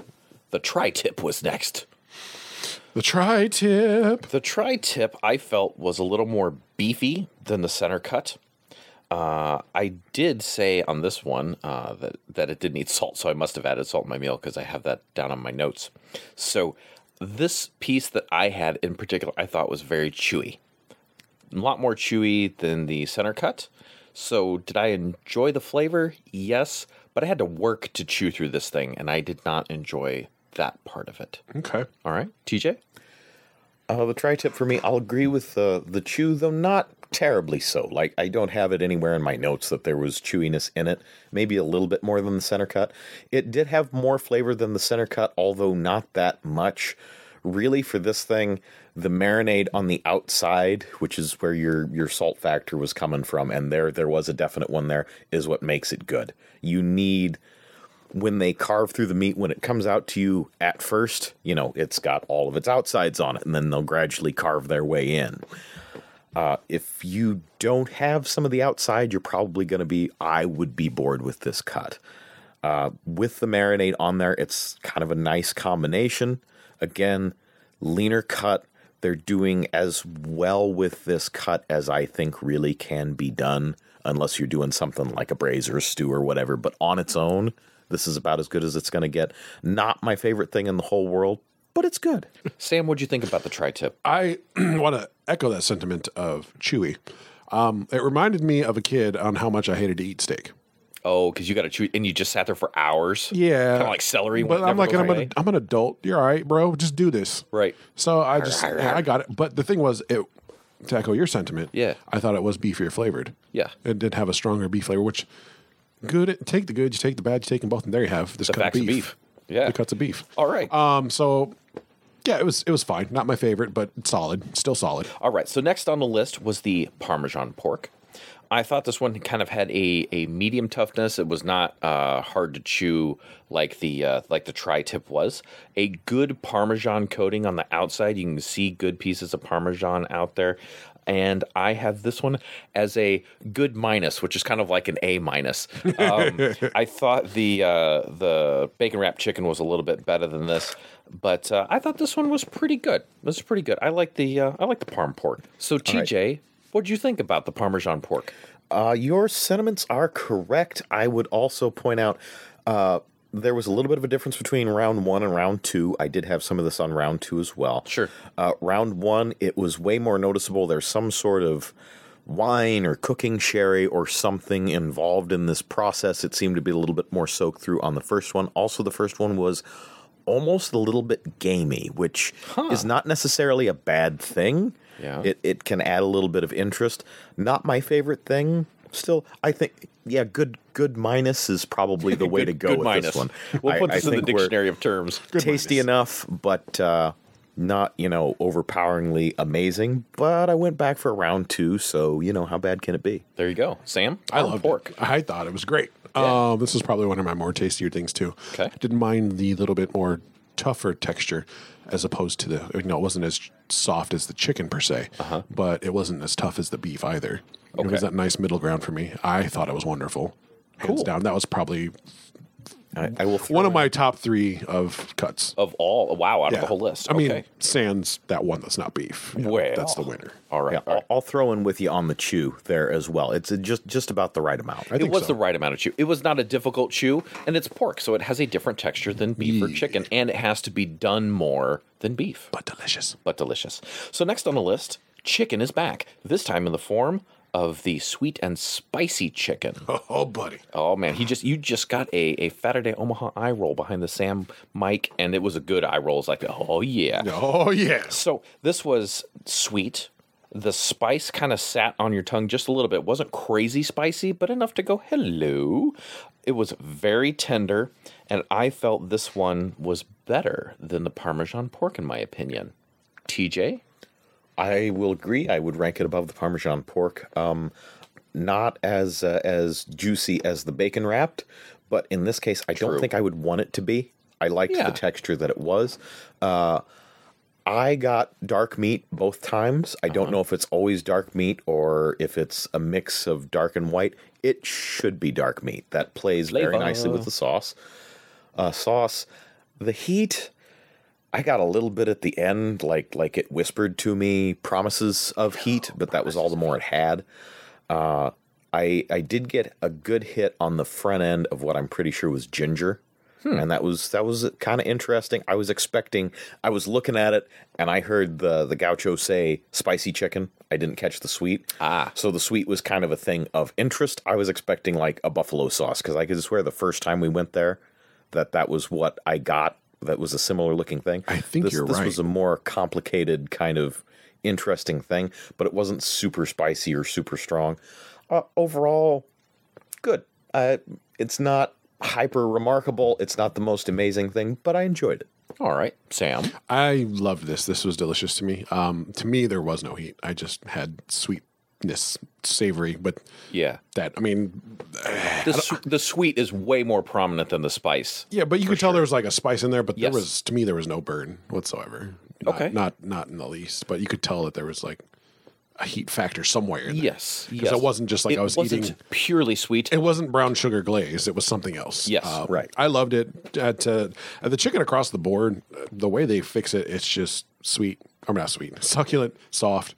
[SPEAKER 1] The tri-tip was next.
[SPEAKER 4] The tri tip.
[SPEAKER 1] The tri tip I felt was a little more beefy than the center cut. Uh, I did say on this one uh, that that it did need salt, so I must have added salt in my meal because I have that down on my notes. So this piece that I had in particular, I thought was very chewy, a lot more chewy than the center cut. So did I enjoy the flavor? Yes, but I had to work to chew through this thing, and I did not enjoy that part of it.
[SPEAKER 4] Okay.
[SPEAKER 1] All right, TJ.
[SPEAKER 5] Uh, the tri tip for me, I'll agree with the the chew, though not terribly so. Like I don't have it anywhere in my notes that there was chewiness in it. Maybe a little bit more than the center cut. It did have more flavor than the center cut, although not that much. Really, for this thing, the marinade on the outside, which is where your your salt factor was coming from, and there there was a definite one there, is what makes it good. You need when they carve through the meat, when it comes out to you at first, you know, it's got all of its outsides on it, and then they'll gradually carve their way in. Uh, if you don't have some of the outside, you're probably going to be, I would be bored with this cut. Uh, with the marinade on there, it's kind of a nice combination. Again, leaner cut. They're doing as well with this cut as I think really can be done, unless you're doing something like a braise or a stew or whatever. But on its own, this is about as good as it's going to get. Not my favorite thing in the whole world, but it's good.
[SPEAKER 1] Sam, what'd you think about the tri tip?
[SPEAKER 4] I want to echo that sentiment of chewy. Um, it reminded me of a kid on how much I hated to eat steak.
[SPEAKER 1] Oh, because you got to chew, and you just sat there for hours.
[SPEAKER 4] Yeah,
[SPEAKER 1] kind of like celery. when
[SPEAKER 4] But
[SPEAKER 1] it
[SPEAKER 4] I'm
[SPEAKER 1] never
[SPEAKER 4] like,
[SPEAKER 1] goes
[SPEAKER 4] I'm
[SPEAKER 1] away.
[SPEAKER 4] an, I'm an adult. You're all right, bro. Just do this.
[SPEAKER 1] Right.
[SPEAKER 4] So I just yeah, I got it. But the thing was, it to echo your sentiment.
[SPEAKER 1] Yeah.
[SPEAKER 4] I thought it was beefier flavored.
[SPEAKER 1] Yeah.
[SPEAKER 4] it did have a stronger beef flavor. Which good. Take the good. You take the bad. You take them both, and there you have this cut
[SPEAKER 1] facts
[SPEAKER 4] of
[SPEAKER 1] of
[SPEAKER 4] beef.
[SPEAKER 1] beef. Yeah.
[SPEAKER 4] the cuts of beef.
[SPEAKER 1] All right.
[SPEAKER 4] Um. So yeah, it was it was fine. Not my favorite, but solid. Still solid.
[SPEAKER 1] All right. So next on the list was the Parmesan pork. I thought this one kind of had a, a medium toughness. It was not uh, hard to chew like the uh, like the tri tip was. A good Parmesan coating on the outside. You can see good pieces of Parmesan out there. And I have this one as a good minus, which is kind of like an A minus. Um, I thought the uh, the bacon wrapped chicken was a little bit better than this, but uh, I thought this one was pretty good. This is pretty good. I like the uh, I like the parm pork. So TJ, what'd you think about the Parmesan pork?
[SPEAKER 5] Uh, your sentiments are correct. I would also point out uh, there was a little bit of a difference between round one and round two. I did have some of this on round two as well.
[SPEAKER 1] Sure.
[SPEAKER 5] Uh, round one, it was way more noticeable. There's some sort of wine or cooking sherry or something involved in this process. It seemed to be a little bit more soaked through on the first one. Also, the first one was almost a little bit gamey, which is not necessarily a bad thing.
[SPEAKER 1] Yeah.
[SPEAKER 5] It it can add a little bit of interest. Not my favorite thing. Still, I think yeah, good good minus is probably the way to go with this one.
[SPEAKER 1] We'll
[SPEAKER 5] I-
[SPEAKER 1] put
[SPEAKER 5] I
[SPEAKER 1] this in the
[SPEAKER 5] think we're-
[SPEAKER 1] dictionary of terms.
[SPEAKER 5] tasty enough, but uh, not you know overpoweringly amazing. But I went back for round two, so you know how bad can it be?
[SPEAKER 1] There you go, Sam.
[SPEAKER 4] I
[SPEAKER 1] love
[SPEAKER 4] loved
[SPEAKER 1] pork.
[SPEAKER 4] it. I thought it was great.
[SPEAKER 1] Yeah.
[SPEAKER 4] Um, this is probably one of my more tastier things too.
[SPEAKER 1] Okay.
[SPEAKER 4] Didn't mind the little bit more tougher texture as opposed to the you know it wasn't as soft as the chicken per se, but it wasn't as tough as the beef either. It was
[SPEAKER 1] Uh-huh. Okay.
[SPEAKER 4] that nice middle ground for me. I thought it was wonderful. Hands down, that was probably
[SPEAKER 5] I, I will. throw
[SPEAKER 4] one of
[SPEAKER 5] it-
[SPEAKER 4] my top three of cuts.
[SPEAKER 1] Of all, wow, out of the whole list.
[SPEAKER 4] I mean,
[SPEAKER 1] okay.
[SPEAKER 4] sans that one that's not beef. You know,
[SPEAKER 1] Well.
[SPEAKER 4] that's the winner.
[SPEAKER 1] all right.
[SPEAKER 5] Yeah,
[SPEAKER 1] all
[SPEAKER 5] I'll,
[SPEAKER 1] right.
[SPEAKER 5] I'll throw in with you on the chew there as well. It's uh, just just about the right amount.
[SPEAKER 4] I
[SPEAKER 1] It
[SPEAKER 4] think
[SPEAKER 1] was
[SPEAKER 4] so.
[SPEAKER 1] the right amount of chew. It was not a difficult chew, and it's pork, so it has a different texture than beef or chicken, and it has to be done more than beef.
[SPEAKER 4] but delicious.
[SPEAKER 1] but delicious. So next on the list, chicken is back. This time in the form of the sweet and spicy chicken.
[SPEAKER 4] Oh, buddy.
[SPEAKER 1] Oh man, he just you just got a a Saturday Omaha eye roll behind the Sam mic, and it was a good eye roll. It's like, oh yeah.
[SPEAKER 4] Oh yes.
[SPEAKER 1] So this was sweet. The spice kind of sat on your tongue just a little bit. It wasn't crazy spicy, but enough to go, hello. It was very tender, and I felt this one was better than the Parmesan pork, in my opinion. TJ?
[SPEAKER 5] I will agree. I would rank it above the Parmesan pork. Um, not as uh, as juicy as the bacon wrapped, but in this case, I
[SPEAKER 1] True.
[SPEAKER 5] don't think I would want it to be. I liked
[SPEAKER 1] Yeah.
[SPEAKER 5] the texture that it was. Uh, I got dark meat both times. I don't know if it's always dark meat or if it's a mix of dark and white. It should be dark meat. That plays very
[SPEAKER 1] Flavor.
[SPEAKER 5] nicely with the sauce. Uh, sauce, the heat. I got a little bit at the end, like like it whispered to me promises of heat, but that was all the more it had. Uh, I I did get a good hit on the front end of what I'm pretty sure was ginger,
[SPEAKER 4] Hmm.
[SPEAKER 5] and that was that was kind of interesting. I was expecting, I was looking at it, and I heard the the gaucho say spicy chicken. I didn't catch the sweet,
[SPEAKER 1] Ah.
[SPEAKER 5] so the sweet was kind of a thing of interest. I was expecting like a buffalo sauce because I could swear the first time we went there, that that was what I got. That was a similar looking thing.
[SPEAKER 4] I think
[SPEAKER 5] this,
[SPEAKER 4] you're
[SPEAKER 5] this
[SPEAKER 4] right.
[SPEAKER 5] was a more complicated kind of interesting thing, but it wasn't super spicy or super strong. Uh, overall, good. Uh, it's not hyper remarkable. It's not the most amazing thing, but I enjoyed it.
[SPEAKER 1] All right, Sam.
[SPEAKER 4] I loved this. This was delicious to me. Um, to me, there was no heat. I just had sweetness, savory, but
[SPEAKER 1] Yeah.
[SPEAKER 4] that. I mean,
[SPEAKER 1] The, su- the sweet is way more prominent than the spice.
[SPEAKER 4] yeah, but you could tell there was like a spice in there, but
[SPEAKER 1] Yes.
[SPEAKER 4] there was to me there was no burn whatsoever. Not,
[SPEAKER 1] Okay.
[SPEAKER 4] not not in the least, but you could tell that there was like a heat factor somewhere. In there.
[SPEAKER 1] Yes.
[SPEAKER 4] because
[SPEAKER 1] Yes.
[SPEAKER 4] it wasn't just like
[SPEAKER 1] it
[SPEAKER 4] I was
[SPEAKER 1] wasn't
[SPEAKER 4] eating.
[SPEAKER 1] purely sweet.
[SPEAKER 4] It wasn't brown sugar glaze. It was something else. Uh,
[SPEAKER 1] Yes,
[SPEAKER 5] right.
[SPEAKER 4] I loved it. At, uh, at the chicken across the board, uh, the way they fix it, it's just sweet. Or not sweet, succulent, soft,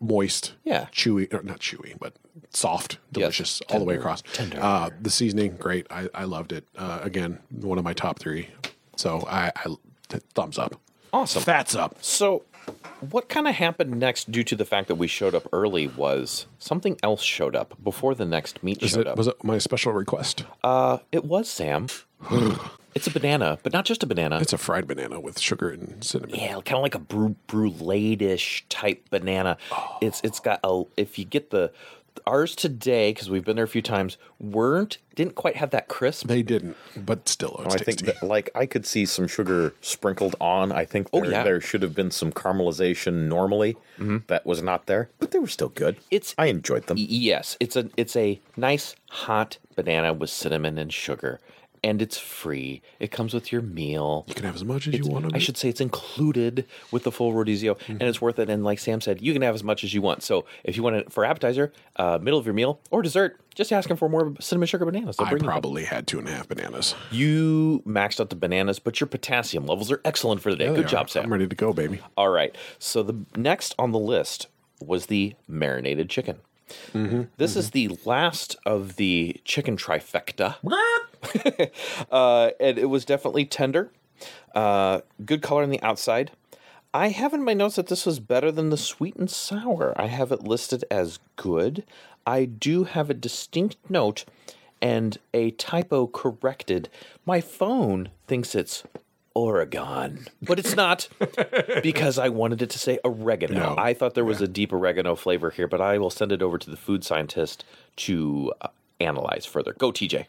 [SPEAKER 4] moist.
[SPEAKER 1] Yeah.
[SPEAKER 4] chewy. Or not chewy, but soft, delicious all the way across. Tender. Uh, the seasoning, great. I, I loved it. Uh, again, one of my top three. So I, I th- thumbs up.
[SPEAKER 1] Awesome.
[SPEAKER 4] Fats up.
[SPEAKER 1] So, what kind of happened next due to the fact that we showed up early was something else showed up before the next meat
[SPEAKER 4] Is
[SPEAKER 1] showed
[SPEAKER 4] it,
[SPEAKER 1] up.
[SPEAKER 4] was it my special request?
[SPEAKER 1] uh, it was Sam. it's a banana, but not just a banana.
[SPEAKER 4] it's a fried banana with sugar and cinnamon.
[SPEAKER 1] yeah, kind of like a bru- brulee-ish type banana. It's it's got a if you get the ours today because we've been there a few times weren't didn't quite have that crisp.
[SPEAKER 4] They didn't, but still, it's
[SPEAKER 5] Oh, I
[SPEAKER 4] tasty.
[SPEAKER 5] think that, like I could see some sugar sprinkled on. I think there,
[SPEAKER 1] Oh, yeah. Mm-hmm.
[SPEAKER 5] there should have been some caramelization normally that was not there, but they were still good.
[SPEAKER 1] It's-
[SPEAKER 5] I enjoyed them.
[SPEAKER 1] Yes, E it's a it's a nice hot banana with cinnamon and sugar, and it's free. It comes with your meal.
[SPEAKER 4] You can have as much as you
[SPEAKER 1] It's-
[SPEAKER 4] want. of
[SPEAKER 1] I
[SPEAKER 4] it.
[SPEAKER 1] should say it's included with the full rodizio, and it's worth it. And like Sam said, you can have as much as you want. So if you want it for appetizer, uh, middle of your meal, or dessert, just ask them for more cinnamon sugar bananas. They'll
[SPEAKER 4] I
[SPEAKER 1] bring you them.
[SPEAKER 4] probably had two and a half bananas.
[SPEAKER 1] You maxed out the bananas, but your potassium levels are excellent for the day. Good
[SPEAKER 4] There,
[SPEAKER 1] job, Sam.
[SPEAKER 4] I'm ready to go, baby.
[SPEAKER 1] All right. So the next on the list was the marinated chicken. This is the last of the chicken trifecta. uh, and it was definitely tender. Uh, good color on the outside. I have in my notes that this was better than the sweet and sour. I have it listed as good. I do have a distinct note and a typo corrected. My phone thinks it's Oregon, but it's not because I wanted it to say
[SPEAKER 4] No.
[SPEAKER 1] oregano. I thought there was a deep oregano flavor here, but I will send it over to the food scientist to uh, analyze further. Go, TJ.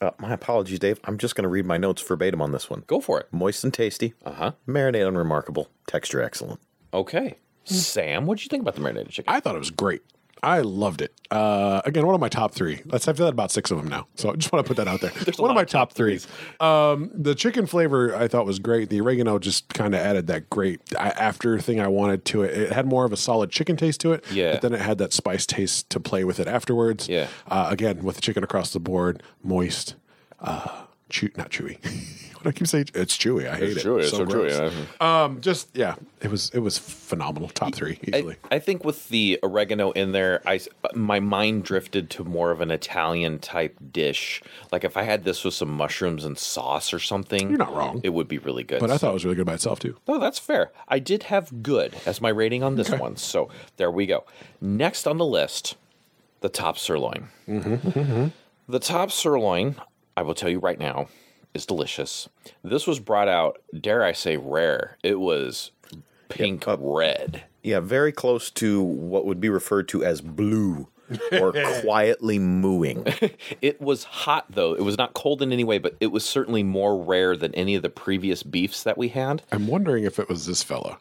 [SPEAKER 5] Uh, my apologies, Dave. I'm just going to read my notes verbatim on this one.
[SPEAKER 1] Go for it. Uh-huh.
[SPEAKER 5] Moist and tasty. Uh huh. Marinade unremarkable. Texture excellent.
[SPEAKER 1] Okay. Sam, what did you think about the marinated chicken?
[SPEAKER 4] I thought it was great. I loved it. Uh, again, one of my top three. Let's I've done about six of them now, so I just want to put that out there. one of my top threes. Um, the chicken flavor I thought was great. The oregano just kind of added that great I, after thing I wanted to it. It had more of a solid chicken taste to it.
[SPEAKER 1] Yeah.
[SPEAKER 4] But then it had that spice taste to play with it afterwards.
[SPEAKER 1] Yeah.
[SPEAKER 4] Uh, again, with the chicken across the board, moist, uh, chew, not chewy. what do I keep saying? It's chewy. I hate
[SPEAKER 1] It's
[SPEAKER 4] it.
[SPEAKER 1] chewy, it's so
[SPEAKER 4] gross.
[SPEAKER 1] chewy.
[SPEAKER 4] Um, just yeah, it was it was phenomenal. Top three easily.
[SPEAKER 1] I, I think with the oregano in there, I s- my mind drifted to more of an Italian type dish. Like if I had this with some mushrooms and sauce or something,
[SPEAKER 4] You're not wrong.
[SPEAKER 1] It would be really good.
[SPEAKER 4] but I thought it was really good by itself too.
[SPEAKER 1] No, that's fair. I did have good as my rating on this one. So there we go. Next on the list, the top sirloin.
[SPEAKER 4] Mm-hmm.
[SPEAKER 1] the top sirloin, I will tell you right now, is delicious. This was brought out, dare I say, rare. It was pink
[SPEAKER 4] uh,
[SPEAKER 1] red.
[SPEAKER 5] Yeah, very close to what would be referred to as blue or quietly mooing.
[SPEAKER 1] It was hot though. It was not cold in any way, but it was certainly more rare than any of the previous beefs that we had.
[SPEAKER 4] I'm wondering if it was this fella.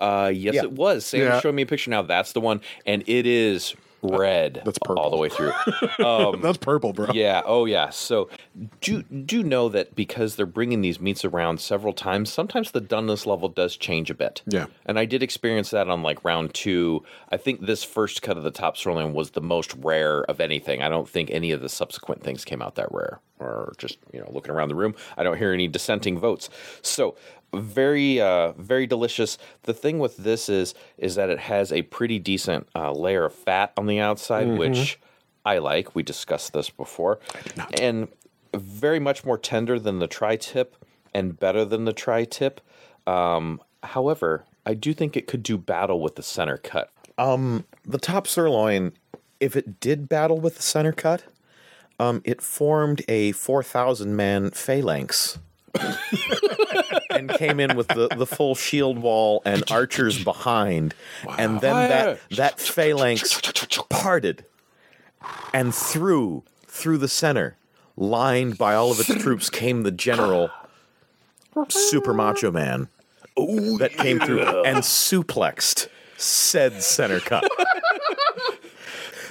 [SPEAKER 1] Uh, yes,
[SPEAKER 5] Yeah.
[SPEAKER 1] it was. Sam
[SPEAKER 4] Yeah.
[SPEAKER 1] showed me a picture now. That's the one, and it is red.
[SPEAKER 4] That's
[SPEAKER 1] all the
[SPEAKER 4] purple.
[SPEAKER 1] way through.
[SPEAKER 4] That's purple, bro.
[SPEAKER 1] Um, Yeah. Oh, yeah. So do do know that because they're bringing these meats around several times, sometimes the doneness level does change a bit.
[SPEAKER 4] Yeah.
[SPEAKER 1] And I did experience that on like round two. I think this first cut of the top sirloin was the most rare of anything. I don't think any of the subsequent things came out that rare. Or just you know looking around the room, I don't hear any dissenting votes. So very uh, very delicious. The thing with this is is that it has a pretty decent uh, layer of fat on the outside, which I like. We discussed this before. And very much more tender than the tri tip and better than the tri tip. Um, however, I do think it could do battle with the center cut.
[SPEAKER 5] The top sirloin, if it did battle with the center cut, um, it formed a 4,000 man phalanx. and came in with the, the full shield wall and archers behind. And then that, that phalanx parted and through through the center, lined by all of its troops, came the general super macho man that came through and suplexed said center cut.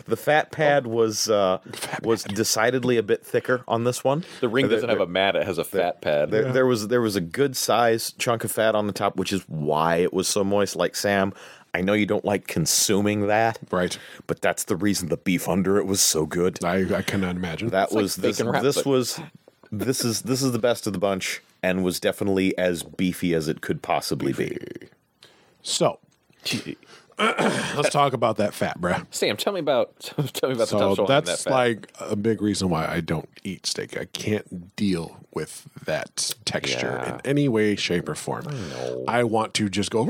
[SPEAKER 5] The fat pad was uh, was decidedly a bit thicker on this one.
[SPEAKER 1] The ring
[SPEAKER 5] There-
[SPEAKER 1] doesn't have a mat, it has a fat pad.
[SPEAKER 5] there, there was there was a good size chunk of fat on the top, which is why it was so moist. Like Sam, I know you don't like consuming that,
[SPEAKER 4] Right.
[SPEAKER 5] But that's the reason the beef under it was so good.
[SPEAKER 4] I, I cannot imagine.
[SPEAKER 5] That was
[SPEAKER 1] like
[SPEAKER 5] this.
[SPEAKER 1] bacon wrap,
[SPEAKER 5] this
[SPEAKER 1] but-
[SPEAKER 5] was this is this is the best of the bunch, and was definitely as beefy as it could possibly be.
[SPEAKER 4] so let's talk about that fat, bro.
[SPEAKER 1] Sam, tell me about tell me about the
[SPEAKER 4] So
[SPEAKER 1] top sirloin. and
[SPEAKER 4] that's
[SPEAKER 1] that fat.
[SPEAKER 4] like a big reason why I don't eat steak. I can't deal with that texture
[SPEAKER 1] Yeah.
[SPEAKER 4] in any way, shape, or form. I want to just go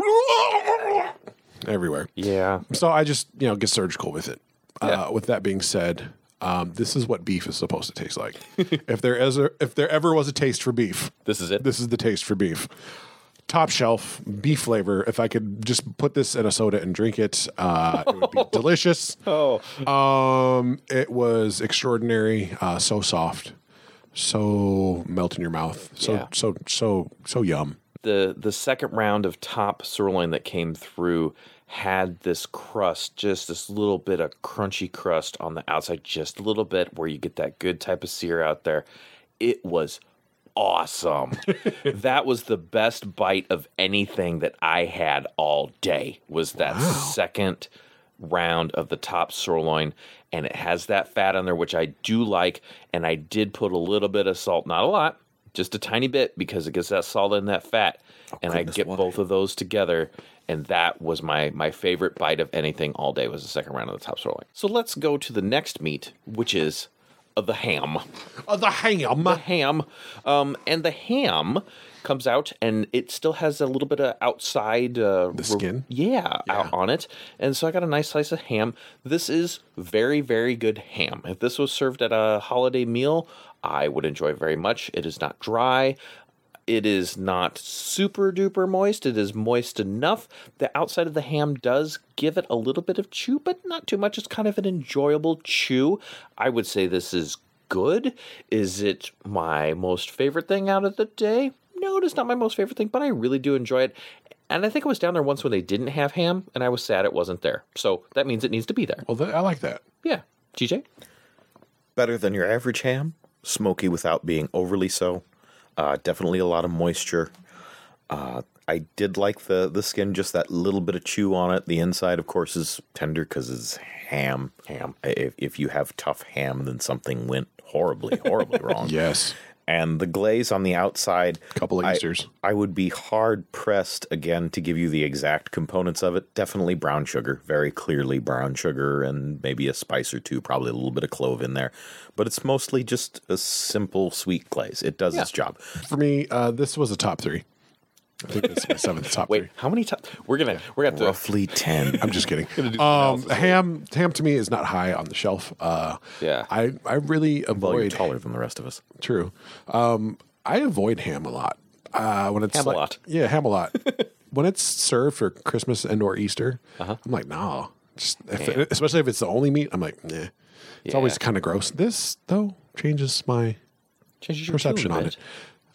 [SPEAKER 4] everywhere.
[SPEAKER 1] yeah.
[SPEAKER 4] So I just you know get surgical with it.
[SPEAKER 1] Yeah.
[SPEAKER 4] Uh, with that being said, um, this is what beef is supposed to taste like. if there is a, if there ever was a taste for beef,
[SPEAKER 1] This is it.
[SPEAKER 4] this is the taste for beef. Top shelf beef flavor. If I could just put this in a soda and drink it, uh, it would be delicious. Oh, um, it was extraordinary. Uh, so soft, so melt in your mouth. So
[SPEAKER 1] Yeah.
[SPEAKER 4] so so so yum.
[SPEAKER 1] the the second round of top sirloin that came through had this crust, just this little bit of crunchy crust on the outside, just a little bit where you get that good type of sear out there. It was awesome. that was the best bite of anything that I had all day. Was that second round of the top sirloin and it has that fat on there which I do like and I did put a little bit of salt, not a lot, just a tiny bit because it gets that salt and that fat and I
[SPEAKER 5] goodness,
[SPEAKER 1] get
[SPEAKER 5] why?
[SPEAKER 1] both of those together and that was my my favorite bite of anything all day was the second round of the top sirloin. So let's go to the next meat which is of the ham.
[SPEAKER 4] Uh, the ham.
[SPEAKER 1] The ham. Um, and the ham comes out and it still has a little bit of outside uh, the
[SPEAKER 4] skin?
[SPEAKER 1] yeah, out on it. And so I got a nice slice of ham. This is very, very good ham. If this was served at a holiday meal, I would enjoy it very much. It is not dry. It is not super duper moist. It is moist enough. The outside of the ham does give it a little bit of chew, but not too much. It's kind of an enjoyable chew. I would say this is good. Is it my most favorite thing out of the day? No, it is not my most favorite thing, but I really do enjoy it. And I think I was down there once when they didn't have ham, and I was sad it wasn't there. So that means it needs to be there.
[SPEAKER 4] Well, that, I like that.
[SPEAKER 1] Yeah. GJ?
[SPEAKER 5] better than your average ham, smoky without being overly so. Uh, definitely a lot of moisture. Uh, I did like the the skin, just that little bit of chew on it. The inside, of course, is tender because it's ham. Ham. If, if you have tough ham, then something went horribly, horribly wrong.
[SPEAKER 4] Yes.
[SPEAKER 5] And the glaze on the outside,
[SPEAKER 4] Couple
[SPEAKER 5] I-
[SPEAKER 4] Easters.
[SPEAKER 5] I would be hard pressed again to give you the exact components of it. Definitely brown sugar, very clearly brown sugar, and maybe a spice or two, probably a little bit of clove in there. But it's mostly just a simple sweet glaze. It does its job.
[SPEAKER 4] For me, uh, this was a top three. I think that's my seventh top
[SPEAKER 1] Wait,
[SPEAKER 4] three.
[SPEAKER 1] how many times? We're going to we're gonna have to.
[SPEAKER 5] Roughly 10.
[SPEAKER 4] I'm just kidding. Um, ham, ham to me is not high on the shelf. Uh,
[SPEAKER 1] Yeah.
[SPEAKER 4] I, I really
[SPEAKER 5] well, you're
[SPEAKER 4] avoid
[SPEAKER 5] taller than the rest of us.
[SPEAKER 4] True. Um, I avoid ham a lot. Uh, when it's
[SPEAKER 1] Ham a
[SPEAKER 4] like-
[SPEAKER 1] lot.
[SPEAKER 4] yeah, ham a lot. when it's served for Christmas and or Easter,
[SPEAKER 1] Uh-huh.
[SPEAKER 4] I'm like, nah. Just if especially if it's the only meat, I'm like, nah. It's always kind of gross. This though changes my
[SPEAKER 1] Changes your
[SPEAKER 4] perception
[SPEAKER 1] tune a
[SPEAKER 4] on
[SPEAKER 1] bit.
[SPEAKER 4] it.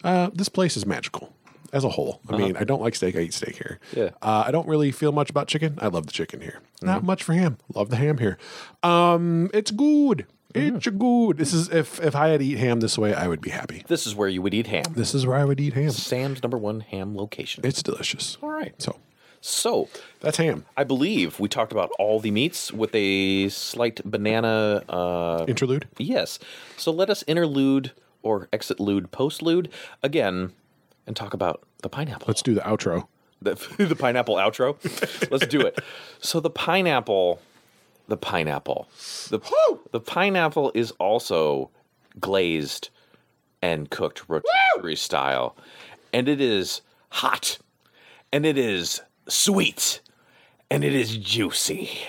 [SPEAKER 4] Uh, this place is magical as a whole. I mean, I don't like steak. I eat steak here.
[SPEAKER 1] Yeah.
[SPEAKER 4] Uh, I don't really feel much about chicken. I love the chicken here. Not much for ham. Love the ham here. Um, it's good. It's good. This is if if I had to eat ham this way, I would be happy.
[SPEAKER 1] This is where you would eat ham.
[SPEAKER 4] This is where I would eat ham.
[SPEAKER 1] Sam's number one ham location.
[SPEAKER 4] It's delicious.
[SPEAKER 1] All right.
[SPEAKER 4] So
[SPEAKER 1] So
[SPEAKER 4] that's ham.
[SPEAKER 1] I believe we talked about all the meats with a slight banana. Uh,
[SPEAKER 4] Interlude.
[SPEAKER 1] yes. So let us interlude or exitlude, postlude again and talk about the pineapple.
[SPEAKER 4] Let's do the outro.
[SPEAKER 1] the, the pineapple outro. Let's do it. So the pineapple, the pineapple, the the pineapple is also glazed and cooked rotisserie style, and it is hot, and it is sweet, and it is juicy,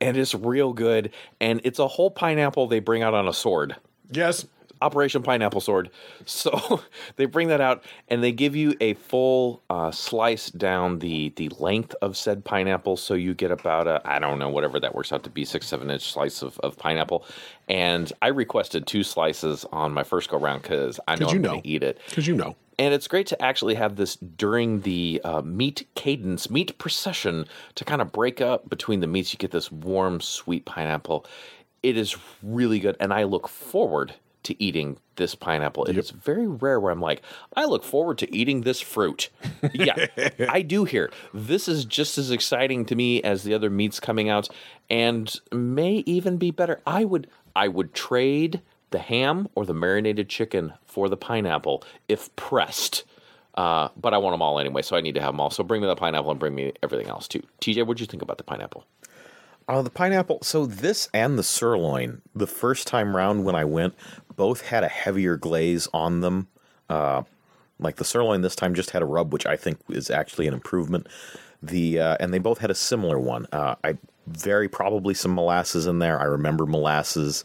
[SPEAKER 1] and it's real good, and it's a whole pineapple they bring out on a sword.
[SPEAKER 4] Yes.
[SPEAKER 1] Operation Pineapple Sword. So they bring that out and they give you a full uh, slice down the the length of said pineapple. So you get about a I don't know whatever that works out to be six seven inch slice of, of pineapple. And I requested two slices on my first go round because I know
[SPEAKER 4] you
[SPEAKER 1] I'm
[SPEAKER 4] know.
[SPEAKER 1] going to eat it.
[SPEAKER 4] Because you know.
[SPEAKER 1] And it's great to actually have this during the uh, meat cadence, meat procession, to kind of break up between the meats. You get this warm, sweet pineapple. It is really good. And I look forward to eating this pineapple. It is very rare where I'm like, I look forward to eating this fruit. Yeah, I do here. This is just as exciting to me as the other meats coming out and may even be better. I would I would trade the ham or the marinated chicken for the pineapple if pressed. Uh, but I want them all anyway, so I need to have them all. So bring me the pineapple and bring me everything else too. TJ, what'd you think about the pineapple?
[SPEAKER 5] Uh, the pineapple. So this and the sirloin, the first time round when I went, both had a heavier glaze on them. Uh, like the sirloin this time just had a rub, which I think is actually an improvement. The uh, and they both had a similar one. Uh, I very probably some molasses in there. I remember molasses,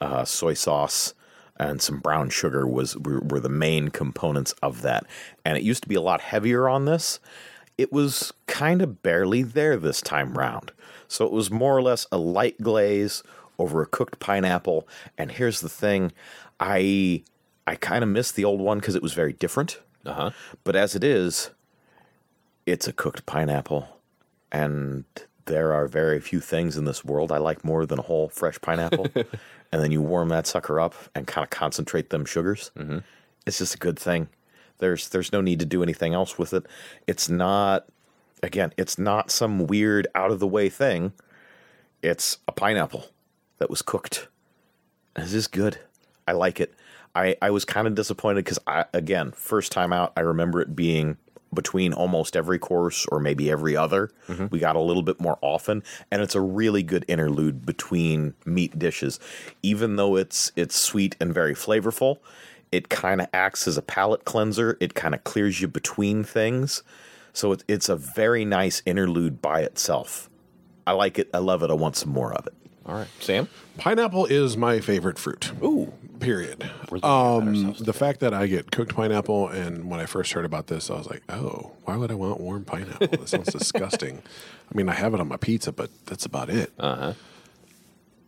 [SPEAKER 5] uh, soy sauce, and some brown sugar was were, were the main components of that. And it used to be a lot heavier on this it was kind of barely there this time round. So it was more or less a light glaze over a cooked pineapple. And here's the thing, I I kind of miss the old one because it was very different.
[SPEAKER 1] Uh huh.
[SPEAKER 5] But as it is, it's a cooked pineapple, and there are very few things in this world I like more than a whole fresh pineapple. and then you warm that sucker up and kind of concentrate them sugars. Mm-hmm. It's just a good thing. There's there's no need to do anything else with it. It's not again, it's not some weird out of the way thing. It's a pineapple that was cooked. This is good. I like it. I, I was kind of disappointed because I again first time out I remember it being between almost every course or maybe every other. We got a little bit more often, and it's a really good interlude between meat dishes. Even though it's it's sweet and very flavorful, it kind of acts as a palate cleanser. It kind of clears you between things, so it, it's a very nice interlude by itself. I like it. I love it. I want some more of it.
[SPEAKER 1] All right, Sam.
[SPEAKER 4] Pineapple is my favorite fruit. Ooh. Period. Um, the fact that I get cooked pineapple, and when I first heard about this, I was like, oh, why would I want warm pineapple? That sounds disgusting. I mean, I have it on my pizza, but that's about it. Uh-huh.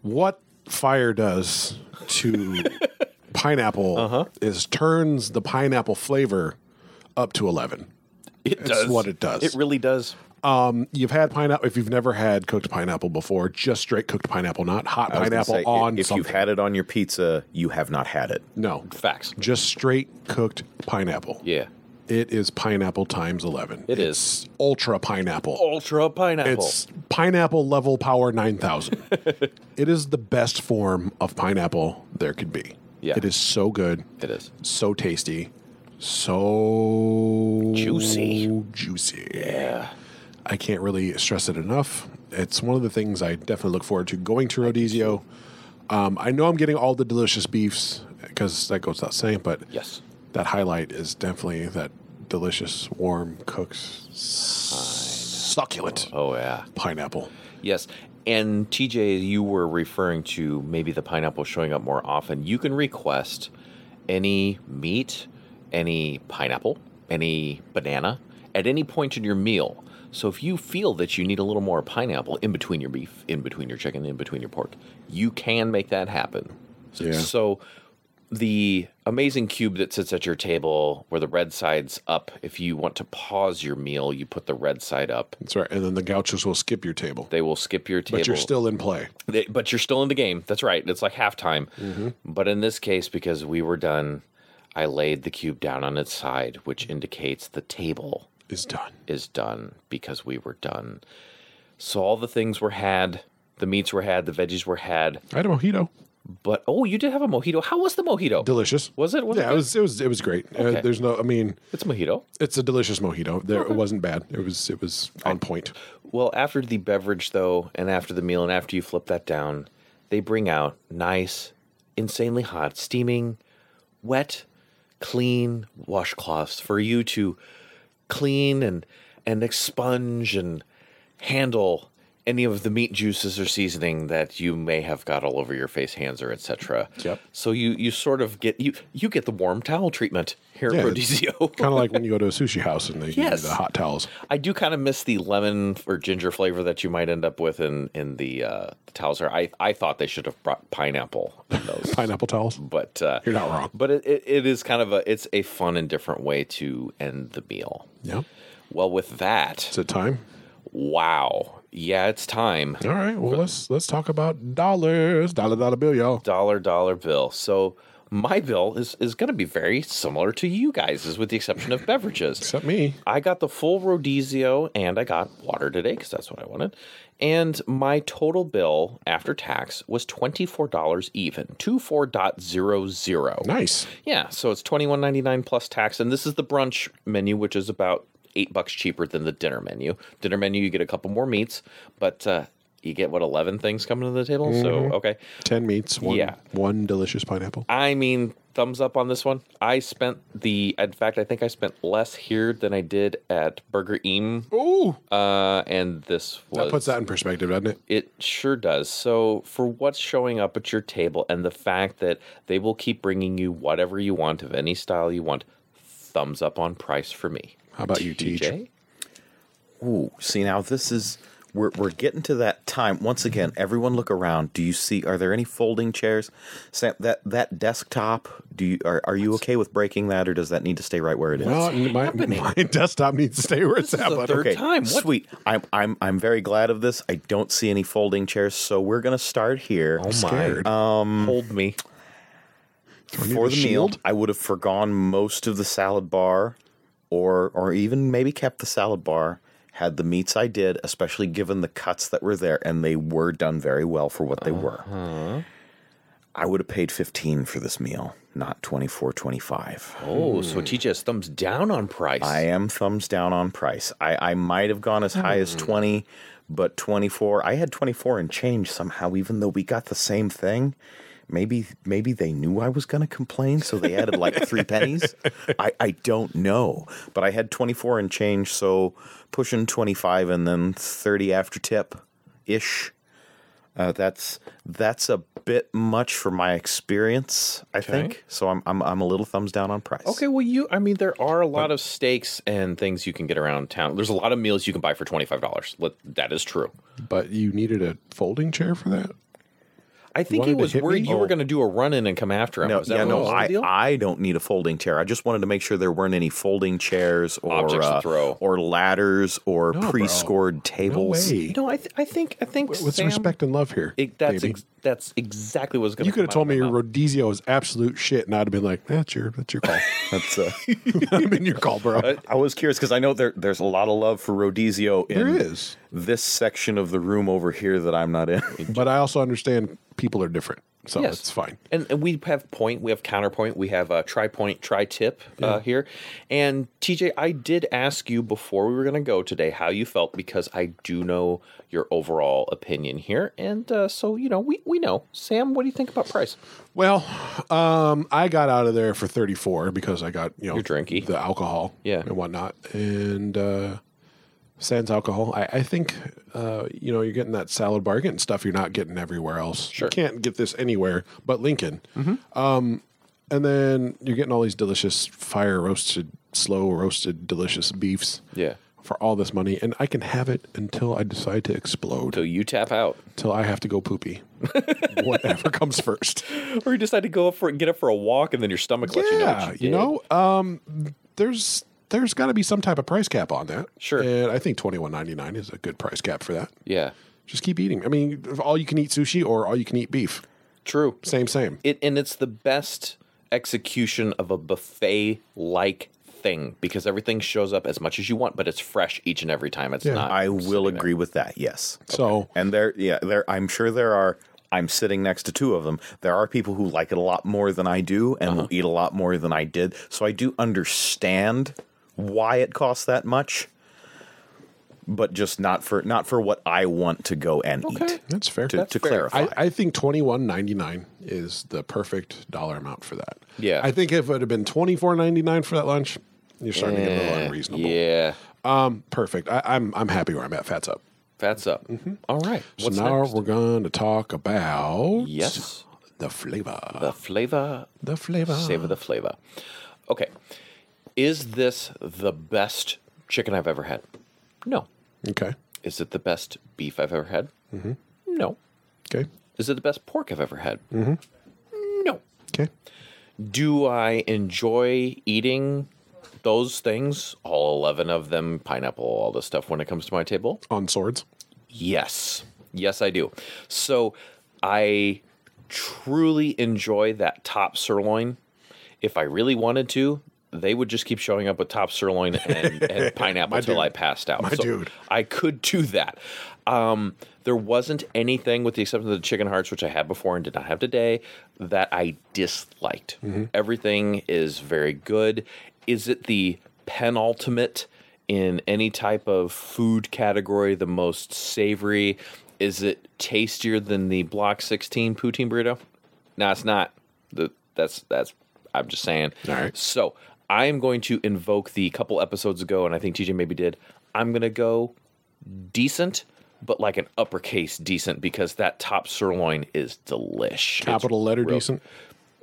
[SPEAKER 4] What fire does to pineapple
[SPEAKER 5] Uh-huh.
[SPEAKER 4] is turns the pineapple flavor up to 11.
[SPEAKER 1] It
[SPEAKER 4] That's what it does.
[SPEAKER 1] It really does.
[SPEAKER 4] You've had pineapple, if you've never had cooked pineapple before, just straight cooked pineapple, not hot
[SPEAKER 5] I was gonna
[SPEAKER 4] pineapple
[SPEAKER 5] say, i-
[SPEAKER 4] on
[SPEAKER 5] If
[SPEAKER 4] something.
[SPEAKER 5] you've had it on your pizza, you have not had it.
[SPEAKER 4] no,
[SPEAKER 1] Facts.
[SPEAKER 4] just straight cooked pineapple.
[SPEAKER 1] Yeah.
[SPEAKER 4] It is pineapple times 11.
[SPEAKER 1] It
[SPEAKER 4] it's ultra pineapple.
[SPEAKER 1] Ultra pineapple.
[SPEAKER 4] It's pineapple level power 9000. it is the best form of pineapple there could be.
[SPEAKER 1] Yeah.
[SPEAKER 4] It is so good,
[SPEAKER 1] it is.
[SPEAKER 4] so tasty, so
[SPEAKER 1] Juicy.
[SPEAKER 4] Juicy. Yeah. I can't really stress it enough. It's one of the things I definitely look forward to going to Rodizio. Um, I know I'm getting all the delicious beefs because that goes without saying, but
[SPEAKER 1] Yes.
[SPEAKER 4] that highlight is definitely that delicious, warm, cooked, succulent
[SPEAKER 1] Oh yeah.
[SPEAKER 4] pineapple.
[SPEAKER 1] Yes. And TJ, you were referring to maybe the pineapple showing up more often. You can request any meat, any pineapple, any banana at any point in your meal. So if you feel that you need a little more pineapple in between your beef, in between your chicken, in between your pork, you can make that happen.
[SPEAKER 4] Yeah.
[SPEAKER 1] So the amazing cube that sits at your table where the red side's up, if you want to pause your meal, you put the red side up.
[SPEAKER 4] That's right. And then the gauchos will skip your table,
[SPEAKER 1] They will skip your table.
[SPEAKER 4] but you're still in play.
[SPEAKER 1] They, but you're still in the game. That's right. It's like halftime. But in this case, because we were done, I laid the cube down on its side, which indicates the table
[SPEAKER 4] It's done.
[SPEAKER 1] is done because we were done. So all the things were had. The meats were had. The veggies were had.
[SPEAKER 4] I had a mojito.
[SPEAKER 1] But oh, you did have a mojito. How was the mojito?
[SPEAKER 4] Delicious.
[SPEAKER 1] Was it? Was
[SPEAKER 4] yeah,
[SPEAKER 1] it,
[SPEAKER 4] it was. It was. It was great. Uh,
[SPEAKER 1] Okay.
[SPEAKER 4] there's no. I mean,
[SPEAKER 1] It's a mojito.
[SPEAKER 4] it's a delicious mojito. There, it wasn't bad. It was. It was on point.
[SPEAKER 1] Well, after the beverage, though, and after the meal, and after you flip that down, they bring out nice, insanely hot, steaming, wet, clean washcloths for you to clean and and expunge and handle any of the meat juices or seasoning that you may have got all over your face, hands, or etc.
[SPEAKER 4] Yep.
[SPEAKER 1] So you you sort of get you you get the warm towel treatment here
[SPEAKER 4] Yeah,
[SPEAKER 1] at
[SPEAKER 4] it's
[SPEAKER 1] Rodizio.
[SPEAKER 4] Kind of like when you go to a sushi house and they give
[SPEAKER 1] Yes.
[SPEAKER 4] you the hot towels.
[SPEAKER 1] I do kind of miss the lemon or ginger flavor that you might end up with in in the, uh, the towels. Here. I I thought they should have brought pineapple in those,
[SPEAKER 4] Pineapple towels.
[SPEAKER 1] but uh,
[SPEAKER 4] You're not wrong.
[SPEAKER 1] But it, it, it is kind of a it's a fun and different way to end the meal.
[SPEAKER 4] Yeah.
[SPEAKER 1] Well, with that,
[SPEAKER 4] Is it time?
[SPEAKER 1] wow, yeah, it's time.
[SPEAKER 4] All right. Well, let's let's talk about dollars. Dollar dollar bill, y'all.
[SPEAKER 1] Dollar dollar bill. So my bill is is going to be very similar to you guys', with the exception of beverages.
[SPEAKER 4] Except me.
[SPEAKER 1] I got the full Rodizio and I got water today because that's what I wanted. And my total bill after tax was $24 even, 24.00.
[SPEAKER 4] Nice.
[SPEAKER 1] Yeah, so it's $21.99 plus tax. And this is the brunch menu, which is about eight bucks cheaper than the dinner menu. Dinner menu, you get a couple more meats, but uh, you get what, 11 things coming to the table? So, okay.
[SPEAKER 4] Ten meats. One,
[SPEAKER 1] Yeah.
[SPEAKER 4] One delicious pineapple.
[SPEAKER 1] I mean, thumbs up on this one. I spent the, in fact, I think I spent less here than I did at Burger Eam
[SPEAKER 4] Ooh.
[SPEAKER 1] uh, and this was
[SPEAKER 4] That puts that in perspective, doesn't it?
[SPEAKER 1] it sure does. So for what's showing up at your table and the fact that they will keep bringing you whatever you want of any style you want, thumbs up on price for me.
[SPEAKER 4] How about you, Teach?
[SPEAKER 5] Ooh, see now this is we're we're getting to that time once again. Everyone, look around. Do you see? Are there any folding chairs? Sam, that that desktop. Do you are are you okay with breaking that, or does that need to stay right where it is?
[SPEAKER 4] Well, my, my desktop needs to stay where it's at.
[SPEAKER 1] the
[SPEAKER 4] but
[SPEAKER 1] third
[SPEAKER 4] okay.
[SPEAKER 5] okay,
[SPEAKER 1] time, what-
[SPEAKER 5] sweet. I'm I'm I'm very glad of this. I don't see any folding chairs, so we're gonna start here.
[SPEAKER 4] Scared.
[SPEAKER 1] Hold me.
[SPEAKER 5] Mm.
[SPEAKER 4] need
[SPEAKER 5] for
[SPEAKER 4] a
[SPEAKER 5] the
[SPEAKER 4] shield?
[SPEAKER 5] meal, I would have forgone most of the salad bar, or or even maybe kept the salad bar. Had the meats I did, especially given the cuts that were there, and they were done very well for what they were. I would have paid 15 for this meal, not 24 25.
[SPEAKER 1] Oh, so TJ's thumbs down on price.
[SPEAKER 5] I am thumbs down on price. I, I might have gone as high
[SPEAKER 1] Hmm.
[SPEAKER 5] as 20, but 24, I had 24 and change somehow, even though we got the same thing. Maybe maybe they knew I was going to complain, so they added like three pennies. I, I don't know. But I had 24 and change, so pushing 25 and then 30 after tip ish. Uh, that's that's a bit much for my experience, I think. So I'm, I'm I'm a little thumbs down on price.
[SPEAKER 1] Okay, well, you, I mean, there are a lot of steaks and things you can get around town. There's a lot of meals you can buy for $25. Let- That is true.
[SPEAKER 4] But you needed a folding chair for that?
[SPEAKER 1] I think
[SPEAKER 4] wanted
[SPEAKER 1] he
[SPEAKER 4] to
[SPEAKER 1] was
[SPEAKER 4] hit
[SPEAKER 1] worried
[SPEAKER 4] me?
[SPEAKER 1] you were
[SPEAKER 4] Oh.
[SPEAKER 1] going to do a run in and come after him.
[SPEAKER 5] No,
[SPEAKER 1] Is that
[SPEAKER 5] yeah,
[SPEAKER 1] what
[SPEAKER 5] no,
[SPEAKER 1] was the
[SPEAKER 5] I,
[SPEAKER 1] deal?
[SPEAKER 5] I don't need a folding chair. I just wanted to make sure there weren't any folding chairs or
[SPEAKER 1] Objects to
[SPEAKER 5] uh,
[SPEAKER 1] throw.
[SPEAKER 5] or ladders or
[SPEAKER 4] bro.
[SPEAKER 5] pre-scored
[SPEAKER 4] No
[SPEAKER 5] tables.
[SPEAKER 4] way.
[SPEAKER 1] no, I, th- I think, I think,
[SPEAKER 4] What's
[SPEAKER 1] Sam,
[SPEAKER 4] respect and love here?
[SPEAKER 1] it- that's,
[SPEAKER 4] baby?
[SPEAKER 1] ex- that's exactly what's going to
[SPEAKER 4] you could have told me your Rodizio is absolute shit, and I'd have been like, "That's your, that's your call.
[SPEAKER 5] That's, uh,
[SPEAKER 4] I'm in your call, bro."
[SPEAKER 1] Uh,
[SPEAKER 5] I was curious because I know there, there's a lot of love for Rodizio in
[SPEAKER 4] there is,
[SPEAKER 5] this section of the room over here that I'm not in.
[SPEAKER 4] but I also understand people are different, so
[SPEAKER 1] Yes.
[SPEAKER 4] it's Oh, fine.
[SPEAKER 1] And, and we have point, we have counterpoint, we have a tri point, tri tip uh, here. And TJ, I did ask you before we were going to go today how you felt because I do know your overall opinion here. And uh, so, you know, we, we know. Sam, what do you think about price?
[SPEAKER 4] Well, um, I got out of there for 34 because I got you know
[SPEAKER 1] You're drinky.
[SPEAKER 4] the alcohol,
[SPEAKER 1] Yeah.
[SPEAKER 4] and whatnot, and uh, sans alcohol. I, I think uh, you know you're getting that salad bar, you're getting stuff you're not getting everywhere else.
[SPEAKER 1] Sure. Mm-hmm.
[SPEAKER 4] You can't get this anywhere but Lincoln. Um, and then you're getting all these delicious fire roasted, slow roasted, delicious beefs.
[SPEAKER 1] Yeah.
[SPEAKER 4] For all this money, and I can have it until I decide to explode,
[SPEAKER 1] So you tap out.
[SPEAKER 4] until I have to go poopy. Whatever comes first.
[SPEAKER 1] Or you decide to go up for get up for a walk, and then your stomach lets you know.
[SPEAKER 4] yeah,
[SPEAKER 1] What
[SPEAKER 4] you
[SPEAKER 1] did.
[SPEAKER 4] know, um, there's there's got to be some type of price cap on that.
[SPEAKER 1] Sure.
[SPEAKER 4] and I think twenty one ninety nine is a good price cap for that.
[SPEAKER 1] Yeah,
[SPEAKER 4] Just keep eating. I mean, all you can eat sushi or all you can eat beef.
[SPEAKER 1] true.
[SPEAKER 4] Same, same.
[SPEAKER 1] It and it's the best execution of a buffet like thing because everything shows up as much as you want, but it's fresh each and every time. It's
[SPEAKER 4] Yeah.
[SPEAKER 1] not.
[SPEAKER 5] I will agree with that. Yes.
[SPEAKER 4] So
[SPEAKER 5] And there, yeah, there. I'm sure there are. I'm sitting next to two of them. There are people who like it a lot more than I do, and
[SPEAKER 4] Uh-huh.
[SPEAKER 5] will eat a lot more than I did. So I do understand why it costs that much, but just not for not for what I want to go and eat.
[SPEAKER 4] that's fair.
[SPEAKER 5] To, to
[SPEAKER 1] fair.
[SPEAKER 5] clarify,
[SPEAKER 4] I, I think twenty one ninety nine is the perfect dollar amount for that.
[SPEAKER 1] Yeah.
[SPEAKER 4] I think if it had been twenty four ninety nine for that lunch, you're starting to get a little unreasonable.
[SPEAKER 1] Eh, Yeah,
[SPEAKER 4] Perfect. I, I'm I'm happy where I'm at. Fats up.
[SPEAKER 1] that's up. All right.
[SPEAKER 4] Mm-hmm. So
[SPEAKER 1] What's
[SPEAKER 4] now
[SPEAKER 1] next?
[SPEAKER 4] we're going to talk about
[SPEAKER 1] Yes,
[SPEAKER 4] the flavor.
[SPEAKER 1] the flavor
[SPEAKER 4] The flavor.
[SPEAKER 1] Savor the flavor. Okay. Is this the best chicken I've ever had? No.
[SPEAKER 4] Okay.
[SPEAKER 1] Is it the best beef I've ever had? Mm-hmm. No.
[SPEAKER 4] Okay.
[SPEAKER 1] Is it the best pork I've ever had? Mm-hmm. No.
[SPEAKER 4] Okay.
[SPEAKER 1] Do I enjoy eating those things, all 11 of them, pineapple, all this stuff when it comes to my table?
[SPEAKER 4] On swords.
[SPEAKER 1] Yes. Yes, I do. So I truly enjoy that top sirloin. If I really wanted to, they would just keep showing up with top sirloin and, and pineapple till I passed out. My
[SPEAKER 4] dude.
[SPEAKER 1] I could do that. Um, there wasn't anything, with the exception of the chicken hearts, which I had before and did not have today, that I disliked.
[SPEAKER 4] Mm-hmm.
[SPEAKER 1] Everything is very good. Is it the penultimate in any type of food category, the most savory? Is it tastier than the Block 16 poutine burrito? No, it's not. The, that's that's. I'm just saying.
[SPEAKER 4] All right.
[SPEAKER 1] So I am going to invoke the couple episodes ago, and I think TJ maybe did. I'm gonna go decent, but like an uppercase decent because that top sirloin is delish. It's-
[SPEAKER 4] Capital letter decent.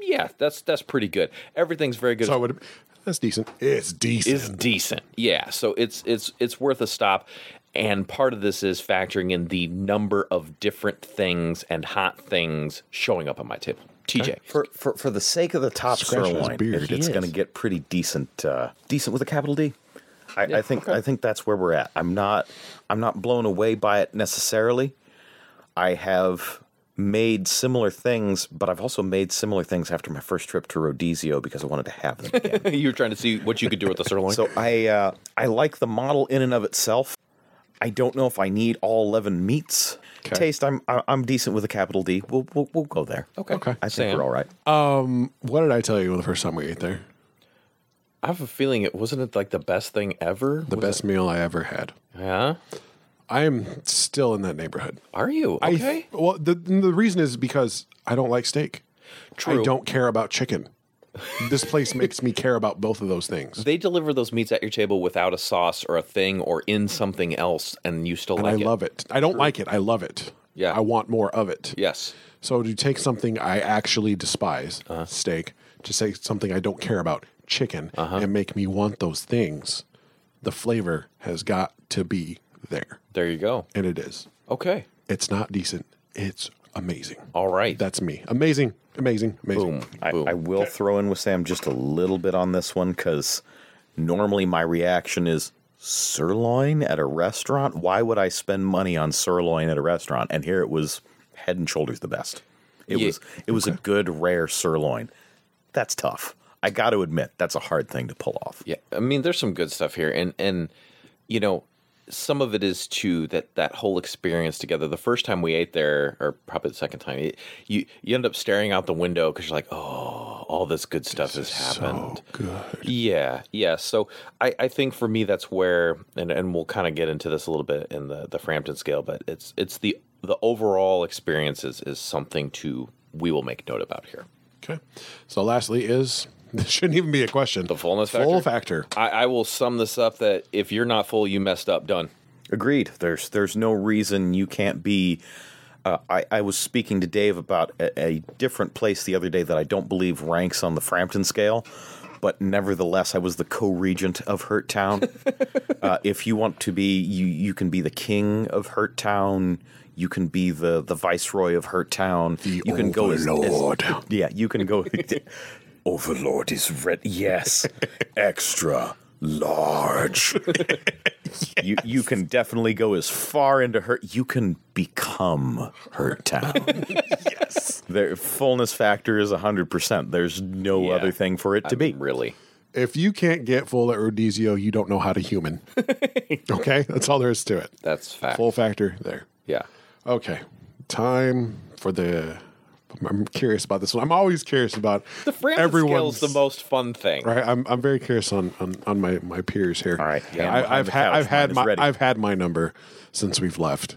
[SPEAKER 1] yeah, that's that's pretty good. Everything's very good.
[SPEAKER 4] So I would. That's decent. It's decent.
[SPEAKER 1] It's decent. Yeah, so it's it's it's worth a stop. And part of this is factoring in the number of different things and hot things showing up on my table. TJ,
[SPEAKER 5] for, for for the sake of the top
[SPEAKER 4] Scratch his
[SPEAKER 5] sirloin,
[SPEAKER 4] beard.
[SPEAKER 5] it- it's
[SPEAKER 1] Yes.
[SPEAKER 5] going to get pretty decent, uh, decent with a capital D. I, I think I think that's where we're at. I'm not I'm not blown away by it necessarily. I have made similar things, but I've also made similar things after my first trip to Rodizio because I wanted to have them. Again.
[SPEAKER 1] you were trying to see what you could do with the sirloin.
[SPEAKER 5] so I uh, I like the model in and of itself. I don't know if I need all eleven meats.
[SPEAKER 4] Okay.
[SPEAKER 5] Taste, I'm I- I'm decent with a capital D. We'll we'll, we'll go there.
[SPEAKER 1] Okay.
[SPEAKER 4] Okay.
[SPEAKER 5] I think we're all right.
[SPEAKER 4] What did I tell you the first time we ate there?
[SPEAKER 1] I have a feeling it wasn't it like the best thing ever.
[SPEAKER 4] The best meal I ever had.
[SPEAKER 1] Yeah.
[SPEAKER 4] I am still in that neighborhood.
[SPEAKER 1] Are you
[SPEAKER 4] I-
[SPEAKER 1] okay?
[SPEAKER 4] well, the the reason is because I don't like steak. I
[SPEAKER 1] True.
[SPEAKER 4] don't care about chicken. This place makes me care about both of those things.
[SPEAKER 1] they deliver those meats at your table without a sauce or a thing or in something else, and you still
[SPEAKER 4] and
[SPEAKER 1] like
[SPEAKER 4] I
[SPEAKER 1] it.
[SPEAKER 4] love it. I don't like it. I love it.
[SPEAKER 1] Yeah.
[SPEAKER 4] I want more of it.
[SPEAKER 1] Yes.
[SPEAKER 4] So to take something I actually despise,
[SPEAKER 1] Uh-huh.
[SPEAKER 4] steak, to say something I don't care about, chicken,
[SPEAKER 1] Uh-huh.
[SPEAKER 4] and make me want those things, the flavor has got to be there.
[SPEAKER 1] There you go.
[SPEAKER 4] And it is.
[SPEAKER 1] Okay.
[SPEAKER 4] It's not decent. It's amazing.
[SPEAKER 1] All right.
[SPEAKER 4] That's me. Amazing. Amazing. Amazing.
[SPEAKER 1] boom.
[SPEAKER 5] I,
[SPEAKER 1] boom.
[SPEAKER 5] I will throw in with Sam just a little bit on this one because normally my reaction is sirloin at a restaurant. Why would I spend money on sirloin at a restaurant? And here it was head and shoulders the best. It
[SPEAKER 1] Yeah.
[SPEAKER 5] was it was a good rare sirloin. That's tough. I got to admit that's a hard thing to pull off.
[SPEAKER 1] Yeah, I mean, there's some good stuff here, and and you know, some of it is too that that whole experience together. The first time we ate there, or probably the second time, it, you you end up staring out the window because you're like, oh, all this good stuff has happened.
[SPEAKER 4] So good.
[SPEAKER 1] Yeah, yeah. So I, I think for me that's where and, and we'll kind of get into this a little bit in the, the Frampton scale, but it's it's the the overall experience is, is something to we will make note about here.
[SPEAKER 4] Okay. So lastly is this shouldn't even be a question. The
[SPEAKER 1] fullness
[SPEAKER 4] Full factor.
[SPEAKER 1] I, I will sum this up that if you're not full, you messed up. Done.
[SPEAKER 5] Agreed. There's there's no reason you can't be. Uh, I I was speaking to Dave about a, a different place the other day that I don't believe ranks on the Frampton scale, but nevertheless I was the co-regent of Hurt Town. uh, if you want to be, you you can be the king of Hurt Town. You can be the the viceroy of Hurt Town. you can
[SPEAKER 4] overlord.
[SPEAKER 5] yeah, you can go. Overlord is red. Yes, extra large. You you can definitely go as far into her. You can become her town. yes, their fullness factor is hundred percent. There's no
[SPEAKER 1] Yeah.
[SPEAKER 5] other thing for it to be.
[SPEAKER 1] Really.
[SPEAKER 4] If you can't get full at Rodizio, you don't know how to human. okay? That's all there is to it.
[SPEAKER 1] That's fact.
[SPEAKER 4] Full factor there.
[SPEAKER 1] yeah.
[SPEAKER 4] Okay. Time for the. I'm curious about this one. I'm always curious about
[SPEAKER 1] The Frampton scale is the most fun thing.
[SPEAKER 4] Right, I'm, I'm very curious on, on, on my, my peers here. All
[SPEAKER 5] right, hand behind
[SPEAKER 4] I, I've
[SPEAKER 5] the
[SPEAKER 4] had
[SPEAKER 5] couch,
[SPEAKER 4] I've
[SPEAKER 5] mine
[SPEAKER 4] had
[SPEAKER 5] is
[SPEAKER 4] my
[SPEAKER 5] ready.
[SPEAKER 4] I've had my number since we've left.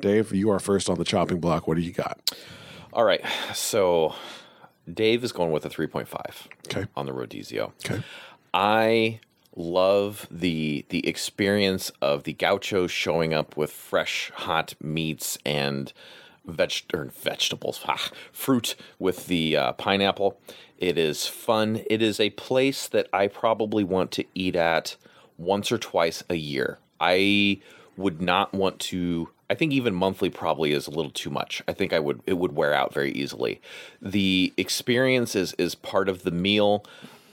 [SPEAKER 4] Dave, you are first on the chopping block. What do you got?
[SPEAKER 1] All right. So Dave is going with a 3.5
[SPEAKER 4] Okay.
[SPEAKER 1] on the Rodizio.
[SPEAKER 4] Okay,
[SPEAKER 1] I love the the experience of the gauchos showing up with fresh hot meats and veg- or vegetables, ha, fruit with the uh, pineapple. It is fun. It is a place that I probably want to eat at once or twice a year. I would not want to. I think even monthly probably is a little too much. I think I would it would wear out very easily. The experience is is part of the meal.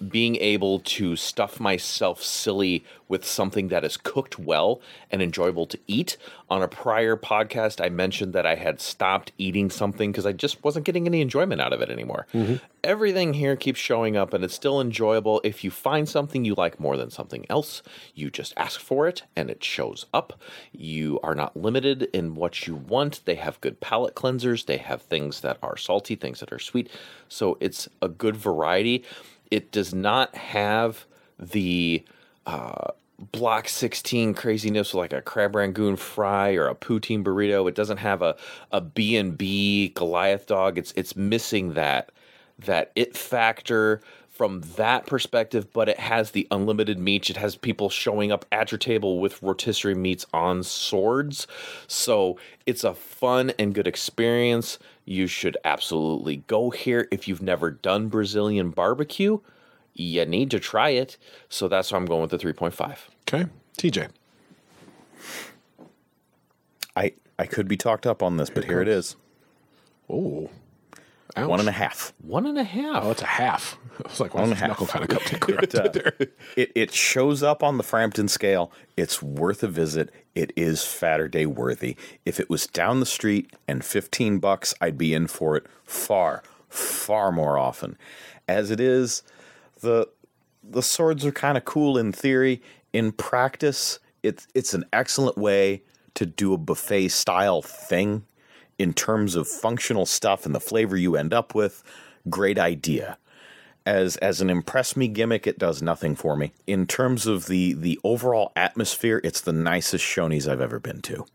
[SPEAKER 1] Being able to stuff myself silly with something that is cooked well and enjoyable to eat. On a prior podcast, I mentioned that I had stopped eating something because I just wasn't getting any enjoyment out of it anymore. Everything here keeps showing up and it's still enjoyable. If you find something you like more than something else, you just ask for it and it shows up. You are not limited in what you want. They have good palate cleansers, they have things that are salty, things that are sweet. So it's a good variety. It does not have the uh, block 16 craziness like a crab rangoon fry or a poutine burrito it doesn't have a, a b&b goliath dog it's it's missing that that it factor from that perspective but it has the unlimited meats it has people showing up at your table with rotisserie meats on swords so it's a fun and good experience you should absolutely go here if you've never done brazilian barbecue you need to try it. So that's why I'm going with the 3.5.
[SPEAKER 4] okay, TJ.
[SPEAKER 5] I I could be talked up on this, but here it is.
[SPEAKER 4] Oh,
[SPEAKER 5] One and a half.
[SPEAKER 1] One and a half.
[SPEAKER 4] That's Oh, a half. I was like, why
[SPEAKER 5] One
[SPEAKER 4] is
[SPEAKER 5] and a
[SPEAKER 4] knuckle
[SPEAKER 5] half.
[SPEAKER 4] kind of cup
[SPEAKER 5] it, uh, it it shows up on the Frampton scale. It's worth a visit. It is Saturday worthy. If it was down the street and 15 bucks, I'd be in for it far, far more often. As it is, the the swords are kind of cool in theory. In practice, it's it's an excellent way to do a buffet style thing in terms of functional stuff and the flavor you end up with. Great idea. As as an impress me gimmick, it does nothing for me. In terms of the the overall atmosphere, it's the nicest Shoney's I've ever been to.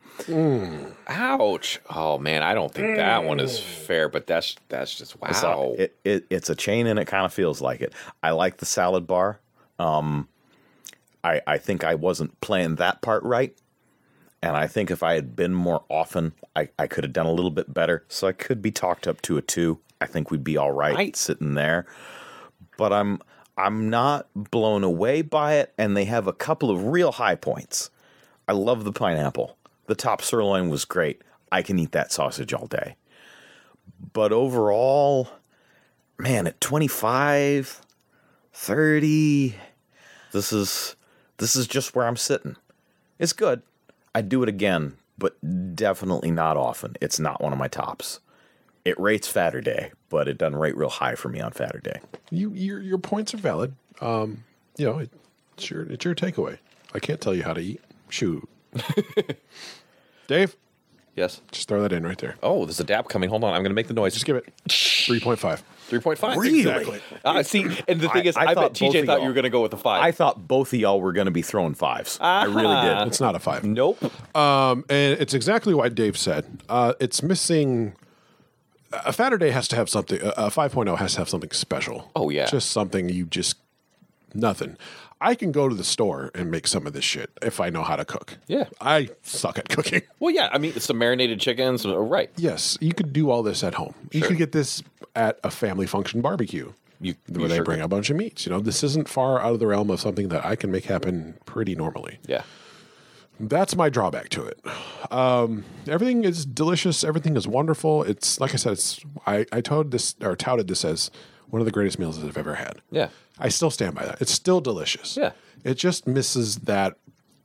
[SPEAKER 1] Ouch! Oh man, I don't think that one is fair, but that's that's just wow.
[SPEAKER 5] So it, it it's a chain and it kind of feels like it. I like the salad bar. Um, I I think I wasn't playing that part right, and I think if I had been more often, I I could have done a little bit better. So I could be talked up to a two. I think we'd be all right
[SPEAKER 1] Right.
[SPEAKER 5] sitting there, but I'm I'm not blown away by it. And they have a couple of real high points. I love the pineapple. The top sirloin was great. I can eat that sausage all day. But overall, man, at 25, 30, this is this is just where I'm sitting. It's good. I'd do it again, but definitely not often. It's not one of my tops. It rates Fatter Day, but it doesn't rate real high for me on Fatter Day.
[SPEAKER 4] You your your points are valid. Um, you know, it's your it's your takeaway. I can't tell you how to eat. Shoot, Dave,
[SPEAKER 1] yes.
[SPEAKER 4] just throw that in right there.
[SPEAKER 1] Oh, there's a dap coming. Hold on, I'm gonna make the noise.
[SPEAKER 4] Just give it three point five.
[SPEAKER 1] three point five.
[SPEAKER 4] Exactly.
[SPEAKER 1] Ah, see, and the thing
[SPEAKER 5] I-
[SPEAKER 1] is,
[SPEAKER 5] I
[SPEAKER 1] I, bet
[SPEAKER 5] thought both
[SPEAKER 1] TJ
[SPEAKER 5] of
[SPEAKER 1] thought
[SPEAKER 5] y'all-
[SPEAKER 1] you were gonna go with a five.
[SPEAKER 5] I thought both of y'all were going to be throwing 5s I really did.
[SPEAKER 4] It's not a five.
[SPEAKER 1] nope.
[SPEAKER 4] Um, and it's exactly what Dave said. Uh, it's missing. A fatter day has to have something. A a 5.0 has to have something special.
[SPEAKER 1] Oh, yeah.
[SPEAKER 4] just something you just nothing. I can go to the store and make some of this shit if I know how to cook.
[SPEAKER 1] Yeah.
[SPEAKER 4] I suck at cooking.
[SPEAKER 1] Well, yeah. I mean, it's some marinated chicken. Some, oh, right.
[SPEAKER 4] Yes, you could do all this at home. You
[SPEAKER 1] Sure.
[SPEAKER 4] could get this at a family function barbecue
[SPEAKER 1] You-
[SPEAKER 4] where
[SPEAKER 1] you
[SPEAKER 4] they
[SPEAKER 1] sure
[SPEAKER 4] bring a bunch of meats. You know, this isn't far out of the realm of something that I can make happen pretty normally.
[SPEAKER 1] Yeah.
[SPEAKER 4] That's my drawback to it. Um, everything is delicious. Everything is wonderful. It's like I said. It's I, I touted this or touted this as one of the greatest meals that I've ever had.
[SPEAKER 1] Yeah.
[SPEAKER 4] I still stand by that. It's still delicious.
[SPEAKER 1] Yeah.
[SPEAKER 4] It just misses that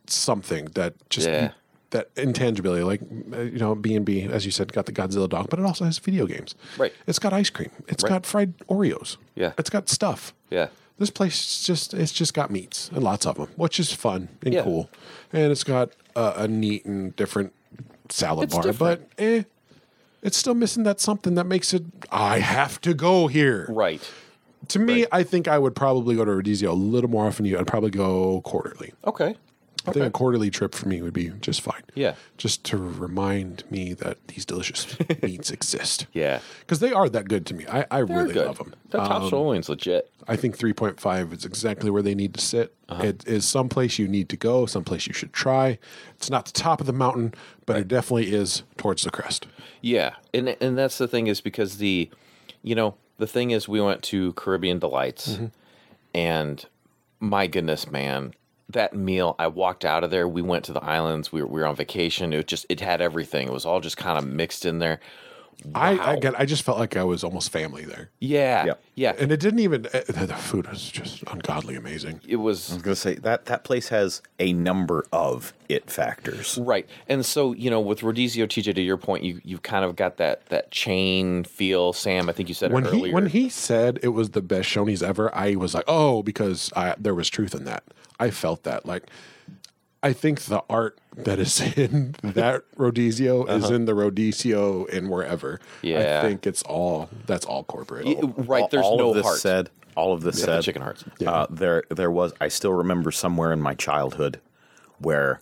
[SPEAKER 4] something that just
[SPEAKER 1] Yeah.
[SPEAKER 4] that intangibility, like uh, you know, B and B, as you said, got the Godzilla dog, but it also has video games.
[SPEAKER 1] Right.
[SPEAKER 4] It's got ice cream. It's
[SPEAKER 1] Right.
[SPEAKER 4] got fried Oreos.
[SPEAKER 1] Yeah.
[SPEAKER 4] It's got stuff.
[SPEAKER 1] Yeah.
[SPEAKER 4] This place just it's just got meats and lots of them, which is fun and
[SPEAKER 1] Yeah.
[SPEAKER 4] cool, and it's got a, a neat and different salad
[SPEAKER 1] It's
[SPEAKER 4] bar,
[SPEAKER 1] different.
[SPEAKER 4] but eh, it's still missing that something that makes it. I have to go here.
[SPEAKER 1] Right.
[SPEAKER 4] To me, I think I would probably go to Rodizio a little more often. than You, I'd probably go quarterly.
[SPEAKER 1] Okay.
[SPEAKER 4] I think a quarterly trip for me would be just fine.
[SPEAKER 1] Yeah.
[SPEAKER 4] Just to remind me that these delicious meats exist.
[SPEAKER 1] Yeah.
[SPEAKER 4] Because they are that good to me. I, I
[SPEAKER 1] They're
[SPEAKER 4] really
[SPEAKER 1] good.
[SPEAKER 4] love them.
[SPEAKER 1] That top
[SPEAKER 5] Um,
[SPEAKER 1] sirloin's legit.
[SPEAKER 4] I think 3.5 is exactly where they need to sit.
[SPEAKER 1] Uh-huh.
[SPEAKER 4] It is someplace you need to go, someplace you should try. It's not the top of the mountain, but it definitely is towards the crest.
[SPEAKER 1] Yeah, and and that's the thing is because the, you know, the thing is we went to Caribbean Delights,
[SPEAKER 5] Mm-hmm.
[SPEAKER 1] and my goodness, man, that meal! I walked out of there. We went to the islands. We were, we were on vacation. It just it had everything. It was all just kind of mixed in there.
[SPEAKER 4] I, I,
[SPEAKER 1] Wow.
[SPEAKER 4] got, I just felt like I was almost family there.
[SPEAKER 1] Yeah,
[SPEAKER 5] Yep.
[SPEAKER 1] yeah.
[SPEAKER 4] And it didn't even, eh, the food was just ungodly amazing.
[SPEAKER 1] it was
[SPEAKER 5] I was going to say that that place has a number of it factors.
[SPEAKER 1] Right. And so, you know, with Rodizio TJ, to your point, you you kind of got that that chain feel. Sam, I think you said
[SPEAKER 4] when
[SPEAKER 1] it earlier.
[SPEAKER 4] he when he said it was the best Shoney's ever, I was like, oh, because I, there was truth in that. I felt that. Like, I think the art that is in that Rodizio is in the Rodizio and wherever.
[SPEAKER 1] Uh-huh. Yeah.
[SPEAKER 4] I think it's all that's all corporate.
[SPEAKER 1] Y- right, there's
[SPEAKER 5] all
[SPEAKER 1] no
[SPEAKER 5] of this
[SPEAKER 1] heart.
[SPEAKER 5] said. All of this
[SPEAKER 1] the
[SPEAKER 5] said.
[SPEAKER 1] chicken hearts.
[SPEAKER 5] Uh, there, there was. I still remember somewhere in my childhood where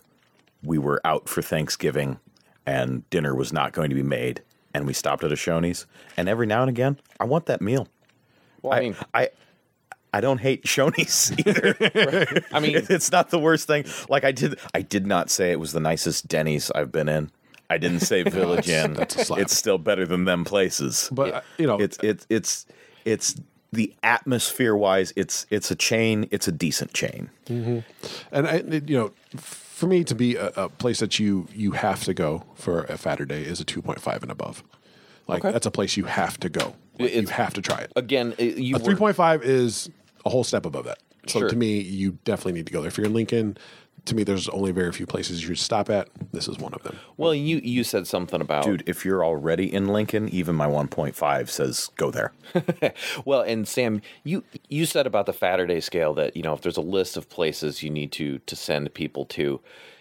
[SPEAKER 5] we were out for Thanksgiving and dinner was not going to be made, and we stopped at a Shoney's. And every now and again, I want that meal.
[SPEAKER 1] Well, I mean,
[SPEAKER 5] I, I don't hate Shoney's either.
[SPEAKER 1] I mean,
[SPEAKER 5] it's not the worst thing. Like I did, I did not say it was the nicest Denny's I've been in. I didn't say Village Inn.
[SPEAKER 4] that's a slap.
[SPEAKER 5] It's still better than them places.
[SPEAKER 4] But uh, you know,
[SPEAKER 5] it's it's it's it's the atmosphere wise. It's it's a chain. It's a decent chain.
[SPEAKER 4] and I, it- you know, for me to be a, a place that you you have to go for a fatter day is a two point five and above. Like that's a place you have to go. Like, you
[SPEAKER 1] It's-
[SPEAKER 4] have to try it.
[SPEAKER 1] again, it- you
[SPEAKER 4] A
[SPEAKER 1] were-
[SPEAKER 4] three point five is a whole step above that. So
[SPEAKER 1] Sure.
[SPEAKER 4] to me, you definitely need to go there. If you're in Lincoln, to me, there's only very few places you should stop at. This is one of them.
[SPEAKER 1] Well, you you said something about
[SPEAKER 5] Dude, if you're already in Lincoln, even my 1.5 says go there.
[SPEAKER 1] well, and Sam, you you said about the Saturday scale that you know if there's a list of places you need to to send people to,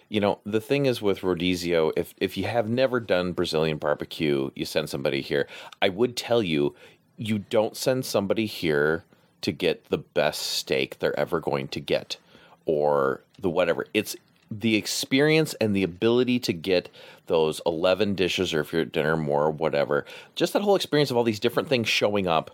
[SPEAKER 1] you know the thing is with Rodizio, if if you have never done Brazilian barbecue, you send somebody here. I would tell you, you don't send somebody here to get the best steak they're ever going to get, or the whatever. It's the experience and the ability to get those 11 dishes or if you're at dinner more whatever just that whole experience of all these different things showing up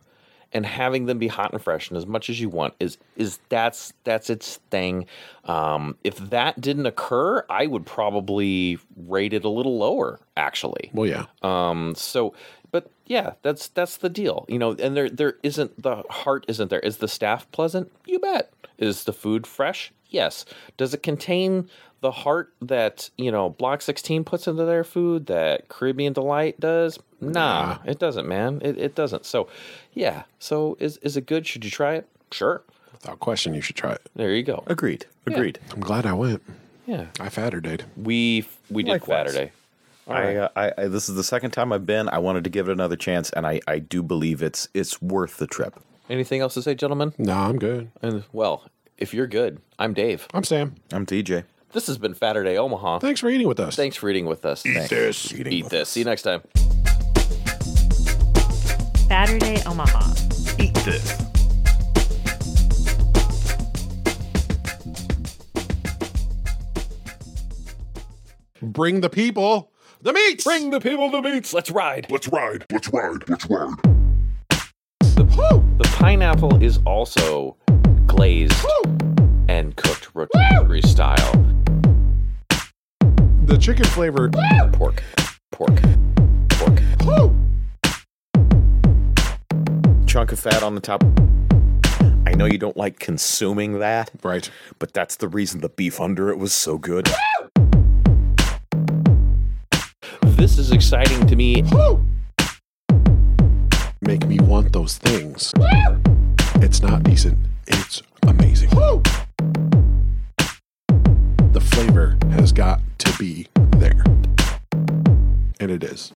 [SPEAKER 1] and having them be hot and fresh and as much as you want is is that's that's its thing. Um, if that didn't occur, I would probably rate it a little lower actually.
[SPEAKER 4] Well, yeah.
[SPEAKER 1] Um, so, but yeah, that's that's the deal, you know. And there there isn't the heart isn't there. Is the staff pleasant? You bet. Is the food fresh? Yes. Does it contain the heart that you know Block sixteen puts into their food that Caribbean Delight does? Nah, it doesn't, man. It it doesn't. So, yeah. So is is it good? Should you try it? Sure.
[SPEAKER 4] Without question, you should try it.
[SPEAKER 1] There you go.
[SPEAKER 5] Agreed. Agreed.
[SPEAKER 4] I'm glad I went.
[SPEAKER 1] Yeah.
[SPEAKER 4] I fatterdated.
[SPEAKER 1] We we did
[SPEAKER 5] Likewise.
[SPEAKER 1] Saturday.
[SPEAKER 5] I, uh, I, I this is the second time I've been. I wanted to give it another chance, and I, I do believe it's it's worth the trip.
[SPEAKER 1] Anything else to say, gentlemen?
[SPEAKER 4] No, I'm good.
[SPEAKER 1] And well, if you're good, I'm Dave.
[SPEAKER 4] I'm Sam.
[SPEAKER 5] I'm DJ.
[SPEAKER 1] This has been Saturday Omaha.
[SPEAKER 4] Thanks for eating with us.
[SPEAKER 1] Thanks for eating with us. Thanks.
[SPEAKER 4] Yes.
[SPEAKER 1] Eat this. See you next time.
[SPEAKER 2] Saturday Omaha.
[SPEAKER 5] Eat this.
[SPEAKER 4] Bring the people the meats.
[SPEAKER 1] Bring the people the meats. Let's ride.
[SPEAKER 4] Let's ride. Let's ride. Let's ride.
[SPEAKER 1] The, the pineapple is also glazed and cooked rotisserie style.
[SPEAKER 4] The chicken flavor.
[SPEAKER 1] Pork. Pork. Pork.
[SPEAKER 5] Chunk of fat on the top. I know you don't like consuming that,
[SPEAKER 4] Right.
[SPEAKER 5] but that's the reason the beef under it was so good.
[SPEAKER 1] This is exciting to me.
[SPEAKER 4] Make me want those things. It's not decent. It's amazing. The flavor has got to be there. And it is.